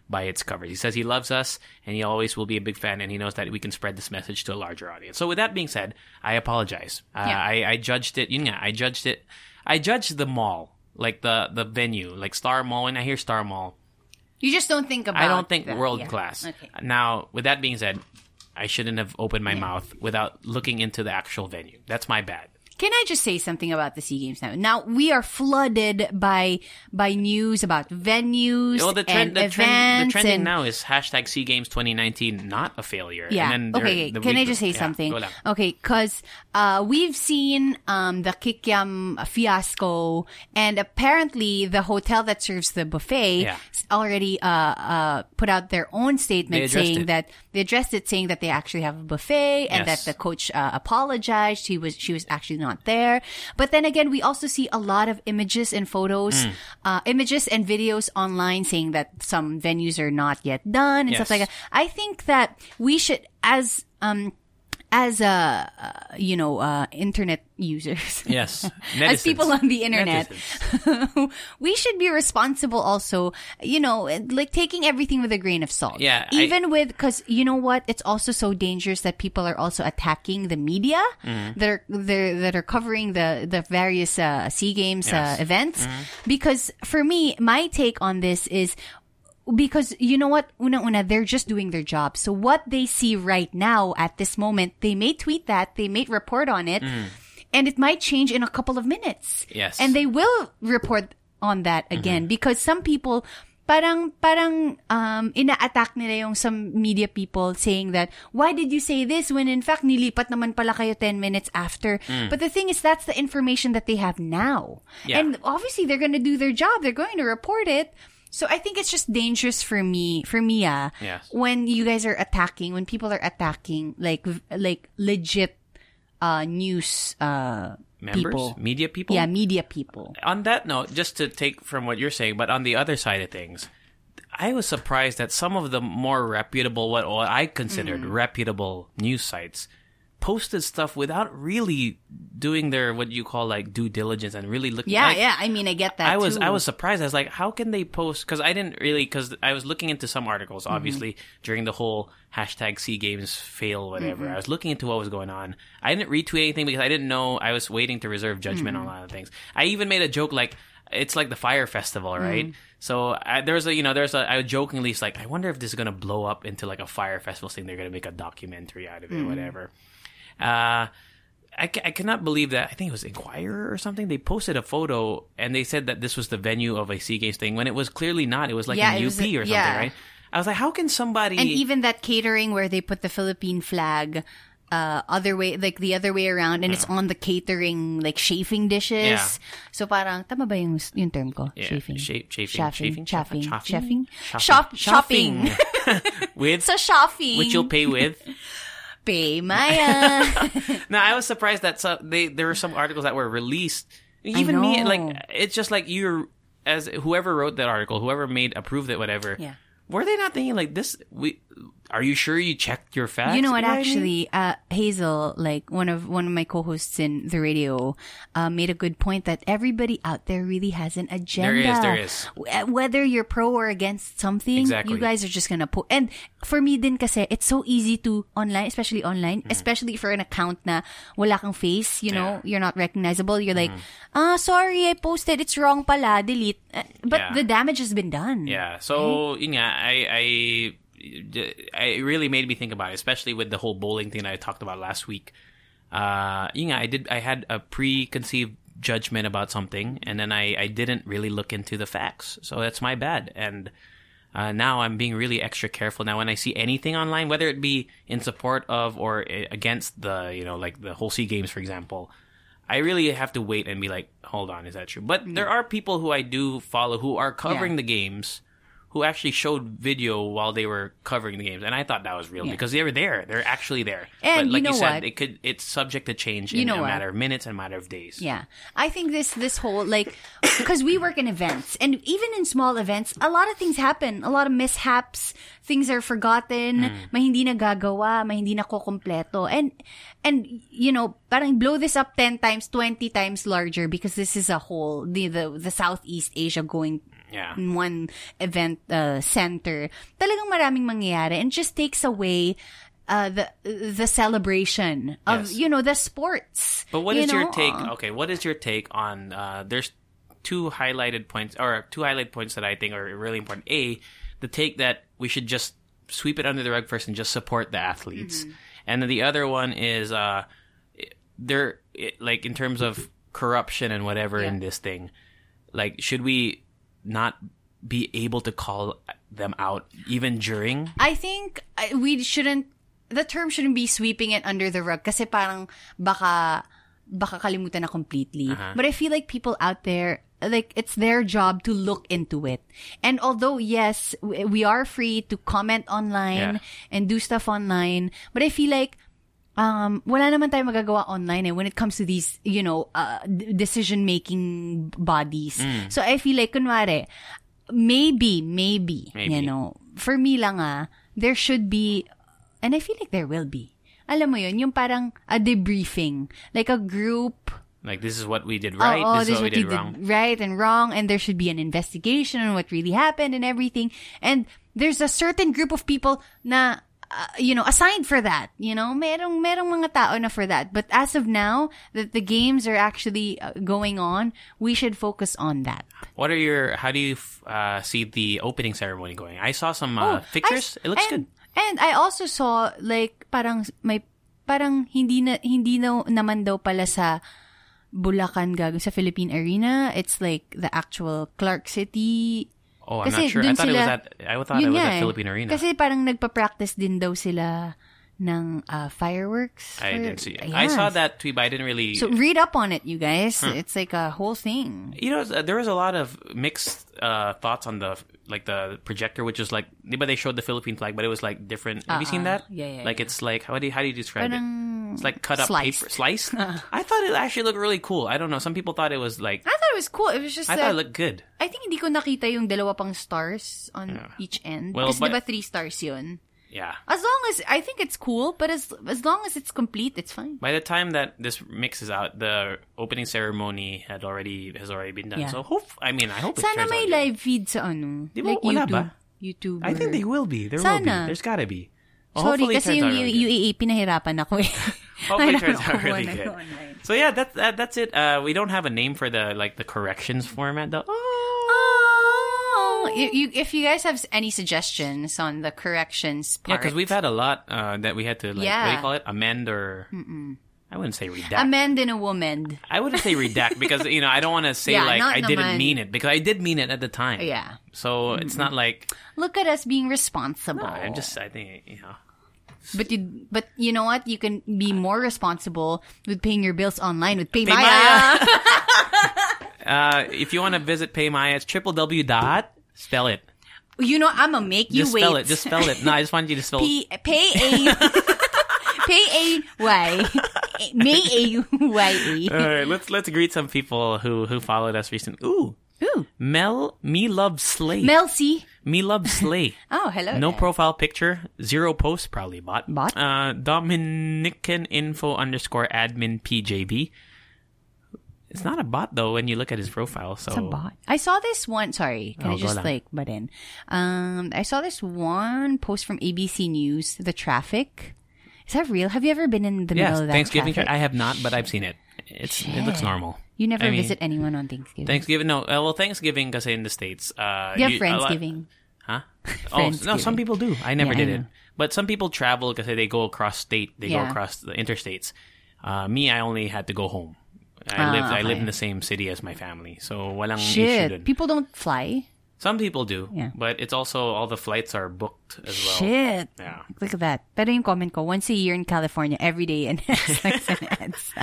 by its covers. He says he loves us and he always will be a big fan and he knows that we can spread this message to a larger audience. So with that being said, I apologize. Uh, Yeah. I, I judged it. You know, I judged it. I judged the mall, like the, the venue, like Star Mall. When I hear Star Mall, You just don't think about I don't think Oh, that. world Yeah. class. Okay. Now, with that being said, I shouldn't have opened my mouth without looking into the actual venue. That's my bad. Can I just say something about the Sea Games now? Now we are flooded by by news about venues Well, the and trend, the, events. trend, the trending and, now is hashtag Sea Games 2019 not a failure. Yeah. And then there- okay. the Can I week- just say yeah, something? go lang. Okay, because uh, we've seen um, the Kikyam fiasco, and apparently the hotel that serves the buffet Yeah. s- already uh, uh, put out their own They statement addressed saying it. that they addressed it, saying that they actually have a buffet and Yes. that the coach uh, apologized. He was she was actually not there. But then again, we also see a lot of images and photos, uh, images and videos online saying that some venues are not yet done and stuff Yes. like that. I think that we should, as um, as uh, uh, you know uh, internet users Yes. as people Netizens. on the internet we should be responsible also you know like taking everything with a grain of salt Yeah, I- even with because you know what it's also so dangerous that people are also attacking the media Mm. that are they're, that are covering the the various uh, sea games Yes. Mm. uh, events because for me my take on this is because you know what una una they're just doing their job so what they see right now at this moment they may tweet that they may report on it and it might change in a couple of minutes Yes. and they will report on that Mm-hmm. again because some people parang parang um ina-attack nila yung some media people saying that why did you say this when in fact nilipat naman pala kayo 10 minutes after but the thing is that's the information that they have now Mm. Yeah. and obviously they're going to do their job they're going to report it so I think it's just dangerous for me for me ah, Yes. when you guys are attacking when people are attacking like v- like legit uh news uh Members? people Media people? yeah, media people. on that note, just to take from what you're saying, but on the other side of things, I was surprised that some of the more reputable, what what I considered Mm-hmm. reputable news sites, posted stuff without really doing their what you call like due diligence and really looking. Yeah, like, yeah. I mean, I get that. I too. was I was surprised. I was like, how can they post? Because I didn't really because I was looking into some articles, Mm-hmm. obviously during the whole hashtag Sea Games fail whatever. Mm-hmm. I was looking into what was going on. I didn't retweet anything because I didn't know. I was waiting to reserve judgment Mm-hmm. on a lot of things. I even made a joke like it's like the fire festival, Mm-hmm. right? So I, there's a you know there's a I jokingly it's like I wonder if this is gonna blow up into like a fire festival thing. They're gonna make a documentary out Mm-hmm. of it, whatever. Uh, I, ca- I cannot believe that. I think it was Inquirer or something. They posted a photo and they said that this was the venue of a Sea Games thing when it was clearly not. It was like Yeah, in it was UP or a- something, yeah. right? I was like, how can somebody? and even that catering where they put the Philippine flag, uh, other way, like the other way around, and it's on the catering like chafing dishes. Yeah. So parang tama ba yung yung term ko? Yeah, Chafing, sha- chafing, chafing, chafing, chafing, chafing, chaffing? shop, shopping. Shopping. with so shopping. which you'll pay with. pay, Maya. no, I was surprised that so, they there were some articles that were released. Even me, know. like it's just like you're as whoever wrote that article, whoever made approved it, whatever. Yeah. Were they not thinking like this? We are you sure you checked your facts? You know what? I mean? Actually, uh, Hazel, like one of one of my co-hosts in the radio, uh, made a good point that everybody out there really has an agenda. there is. W- uh, Whether you're pro or against something, Exactly. you guys are just gonna po. And for me, din kasi it's so easy to online, especially online, Mm-hmm. especially for an account na wala kang face. You know, you're not recognizable. You're like, Mm-hmm. ah, sorry, I posted. It's wrong, pala. Delete. Uh, but Yeah. the damage has been done. Yeah. So yun nga, I, I, it really made me think about it, especially with the whole bowling thing that I talked about last week. Uh, yun nga, I did. I had a preconceived judgment about something, and then I, I didn't really look into the facts. So that's my bad. And uh, now I'm being really extra careful. Now when I see anything online, whether it be in support of or uh, against the, you know, like the whole Sea Games, for example. I really have to wait and be like, hold on, is that true? But there are people who I do follow who are covering Mm. Yeah. the games who actually showed video while they were covering the games, and I thought that was real because they were there. They're actually there. And you but like know said, what? it could it's subject to change You in know a what? matter of minutes and a matter of days. Yeah. I think this this whole like cuz we work in events and even in small events a lot of things happen, a lot of mishaps, things are forgotten, Hmm. may hindi nagagawa, may hindi nakokompleto. And and you know, parang blow this up 10 times, 20 times larger because this is a whole the the, the Southeast Asia going Yeah. in one event uh, center, talagang maraming mangyayari and just takes away uh, the the celebration of Yes. you know the sports. But what you is know? your take? Okay, what is your take on? Uh, there's two highlighted points, or two highlight points that I think are really important. A, the take that we should just sweep it under the rug first and just support the athletes, and then the other one is uh, it- there, it, like in terms of corruption and whatever in this thing, like should we not be able to call them out even during? I think uh, we shouldn't the term shouldn't be sweeping it under the rug kasi parang baka baka kalimutan na completely. But I feel like people out there like it's their job to look into it. And although yes, w- we are free to comment online Yeah. and do stuff online, but I feel like um, wala naman tayo magagawa online eh when it comes to these, you know, uh, d- decision-making bodies. So, I feel like, kunwari, maybe, maybe, Maybe. you know, for me lang ah, there should be, and I feel like there will be, alam mo yun, yung parang a debriefing. Like a group Like this is what we did right. Oh, oh, this, is what we did wrong. right and wrong, and there should be an investigation on what really happened and everything. And there's a certain group of people na, uh, you know, assigned for that. You know, merong merong mga tao na for that. But as of now, that the games are actually uh, going on, we should focus on that. What are your? How do you f- uh, see the opening ceremony going? I saw some uh, pictures. Oh, I- it looks and, good. And I also saw like parang may parang hindi na hindi na naman daw pala sa Bulacan gago sa Philippine Arena. It's like the actual Clark City. Oh, I'm kasi not sure. I dun thought it was sila- at. I thought it Yun was nga at eh. Philippine Arena. Kasi parang nagpa-practice din daw sila ng ah, fireworks. I or- didn't see it. Ayan. I saw that Hmm. tweet, but I didn't really. So read up on it, you guys. It's like a whole thing. you know, there was a lot of mixed uh, thoughts on the like the projector, which was like, but they showed the Philippine flag, but it was like different. Have you seen Uh-uh. that? Yeah, yeah, Like yeah. it's like how do you, how do you describe it? Parang It's like cut up sliced. paper, sliced. I thought it actually looked really cool. I don't know. Some people thought it was like. I thought it was cool. It was just I that- thought it looked good. I think hindi ko nakita yung dalawa pang stars on each end. Well, Kasi but- diba three stars yun? Yeah. As long as, I think it's cool, but as as long as it's complete, it's fine. By the time that this mixes out, the opening ceremony had already has already been done. Yeah. So hope I mean I hope it Sana turns may out good. live feed sa ano. Di ba like wala YouTube. ba? YouTube. I think they will be. There will be. Sana. There's got to be. Well, Sorry, hopefully it kasi turns yung out really good. UAA pinahirapan ako eh. Hopefully it Nahirapan turns out ako really na- good. online. So yeah, that's that, that's it. Uh, we don't have a name for the like the corrections format though. Oh, you- you- if you guys have any suggestions on the corrections Yeah, part. because we've had a lot uh, that we had to like what do you Yeah. call it amend or I wouldn't say redact. A man and a woman. I wouldn't say redact because you know I don't want to say Yeah, like not I didn't naman. mean it because I did mean it at the time. Yeah. Mm-hmm. So it's not like Look at us being responsible. I'm just I think you know But you, but you know what? You can be more responsible with paying your bills online with PayMaya. Uh, if you want to visit PayMaya, it's triple W dot spell it. You know, I'm gonna make you Just wait. spell it. Just spell it. No, I just wanted you to spell it. P- pay a pay a y may a y E. All right, let's let's greet some people who who followed us recently. Ooh, a. Ooh, Mel me love Slay. Mel C. me love Slay. Oh, hello. No there. profile picture, zero posts, probably bot. Bot? Uh, Dominican info underscore admin PJB. It's not a bot though when you look at his profile. So It's a bot. I saw this one. Sorry, can Oh, I go just lang. like butt in? Um, I saw this one post from ABC News. The traffic is that real? Have you ever been in the yes, middle of that Thanksgiving. traffic? I have not, but I've seen it. It's it looks normal. you never I mean- visit anyone on Thanksgiving. Thanksgiving. No, uh, well, Thanksgiving because in the states, uh, you have you- a lot- Friendsgiving. huh? Oh no, Friendsgiving. some people do. I never Yeah, I did it, know. but some people travel because they go across state. They go Yeah. across the interstates. Uh, me, I only had to go home. I lived. I lived in the same city as my family, so walang Ah, issue. Shit, dun. people don't fly. Some people do, Yeah. but it's also all the flights are booked as well. Shit. Yeah. Look at that. Pero yung comment ko, once a year in California, every day in sex and ads.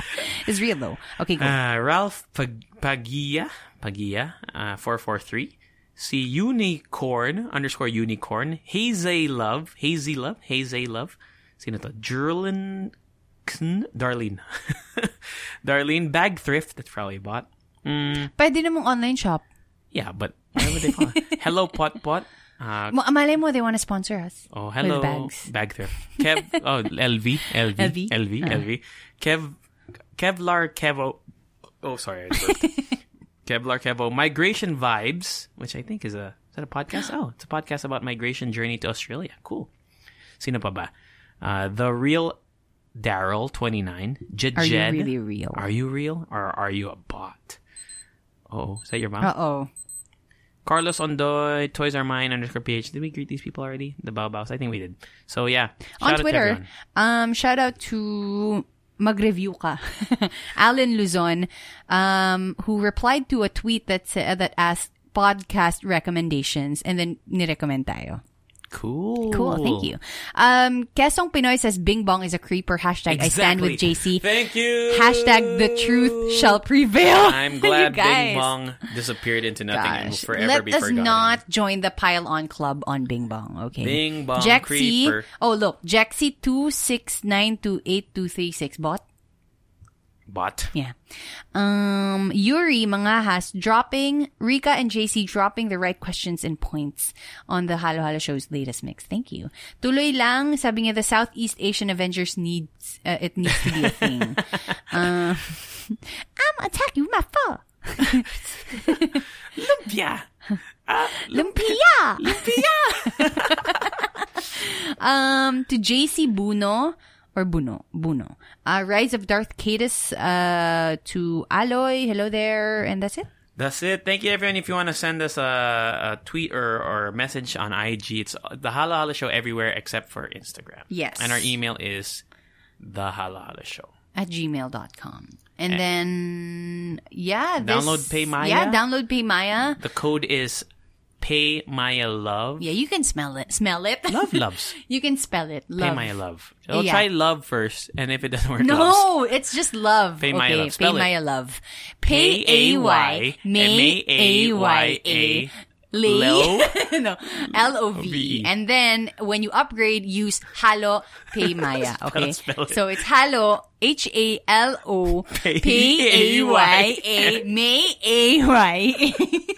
It's real low. Okay, go. Uh, Ralph Pag- Pagia, Pagia, uh, 443. See unicorn underscore unicorn. Hazy love, hazy love, hazy love. Sino to? Jerlin, Kn- Darlene. Darlene Bag Thrift. That's probably a bot. Pwede namang online shop. Yeah, but why would they call it? Hello Pot Pot. Uh, Mo, malay mo, they want to sponsor us. oh, hello With bags. Bag Thrift. Kev. Oh, LV, LV, LV, LV? Uh-huh. LV. Kev, Kevlar Kevo. Oh, sorry. I burped. Kevlar Kevo, Migration Vibes, which I think is a is that a podcast? Oh, it's a podcast about migration journey to Australia. Cool. Sino pa ba? Uh, the real Daryl twenty nine. Jed Are you Jed. really real? Are you real or are you a bot? Oh, is that your mom? Uh-oh. Carlos Ondoy, Toys Are Mine underscore PH. Did we greet these people already? The Bao Baos. I think we did. So yeah. Shout out On to Twitter, everyone. um, shout out to mag-review ka. Alan Luzon, um, who replied to a tweet that said, that asked podcast recommendations and then nirecommend tayo. Cool. Cool, thank you. Um, Kesong Pinoy says Bing Bong is a creeper. Hashtag I stand with Exactly. JC. Thank you. Hashtag the truth shall prevail. I'm glad You guys. Bing Bong disappeared into nothing and will Gosh. forever Let be us forgotten. not join the pile on club on Bing Bong, okay? Bing Bong Jack creeper. C. Oh, look. Jack C. 26928236236. Bot? Bot. Yeah. Um, Yuri Mangahas dropping, Rika and JC dropping the right questions and points on the Halo Halo show's latest mix. Thank you. Tuloy lang, sabi niya, the Southeast Asian Avengers needs, uh, it needs to be a thing. um, I'm attacking with my foe. Yeah. Lumpia! um, to JC Buno, or Buno, Buno. Uh, Rise of Darth Cadus, uh, to Aloy, hello there, and that's it. That's it. Thank you, everyone. If you want to send us a, a tweet or, or a message on IG, it's the Hala Hala Show everywhere except for Instagram. Yes. And our email is the Hala Hala Show. At gmail.com. And then, yeah. This, Eh. Download Paymaya? Yeah, download Paymaya. The code is Pay Maya Love. Yeah, you can smell it. Smell it. Love loves. you can spell it. Love. Pay Maya Love. I'll Yeah. try love first, and if it doesn't work, loves. No, it's just love. Pay Maya okay, Love. Spell Pay it. Maya love. P A Y M May A A A Y Y A. A. Lay. Low. no, L O V E. O V E. And then when you upgrade, use Halo Pay Maya. Okay, spell it. so it's Halo H A L O P A Y A P-A-Y-A. May A Y.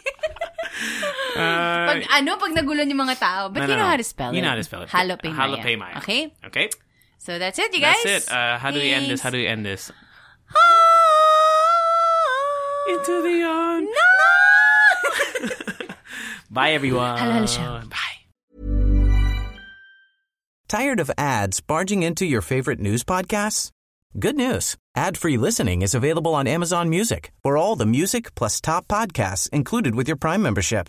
Uh, Pag ano pag nagulo yung mga tao, but no, you no, know no. how to spell it. You know how to spell it. Halo Pay Halo Maya. Pay Maya. Okay, Okay. so that's it, you guys. That's it. Uh, how do we end this? How do we end this? Into the arm. No! Bye, everyone. Hala Hala Show. Bye. Tired of ads barging into your favorite news podcasts? Good news. Ad-free listening is available on Amazon Music for all the music plus top podcasts included with your Prime membership.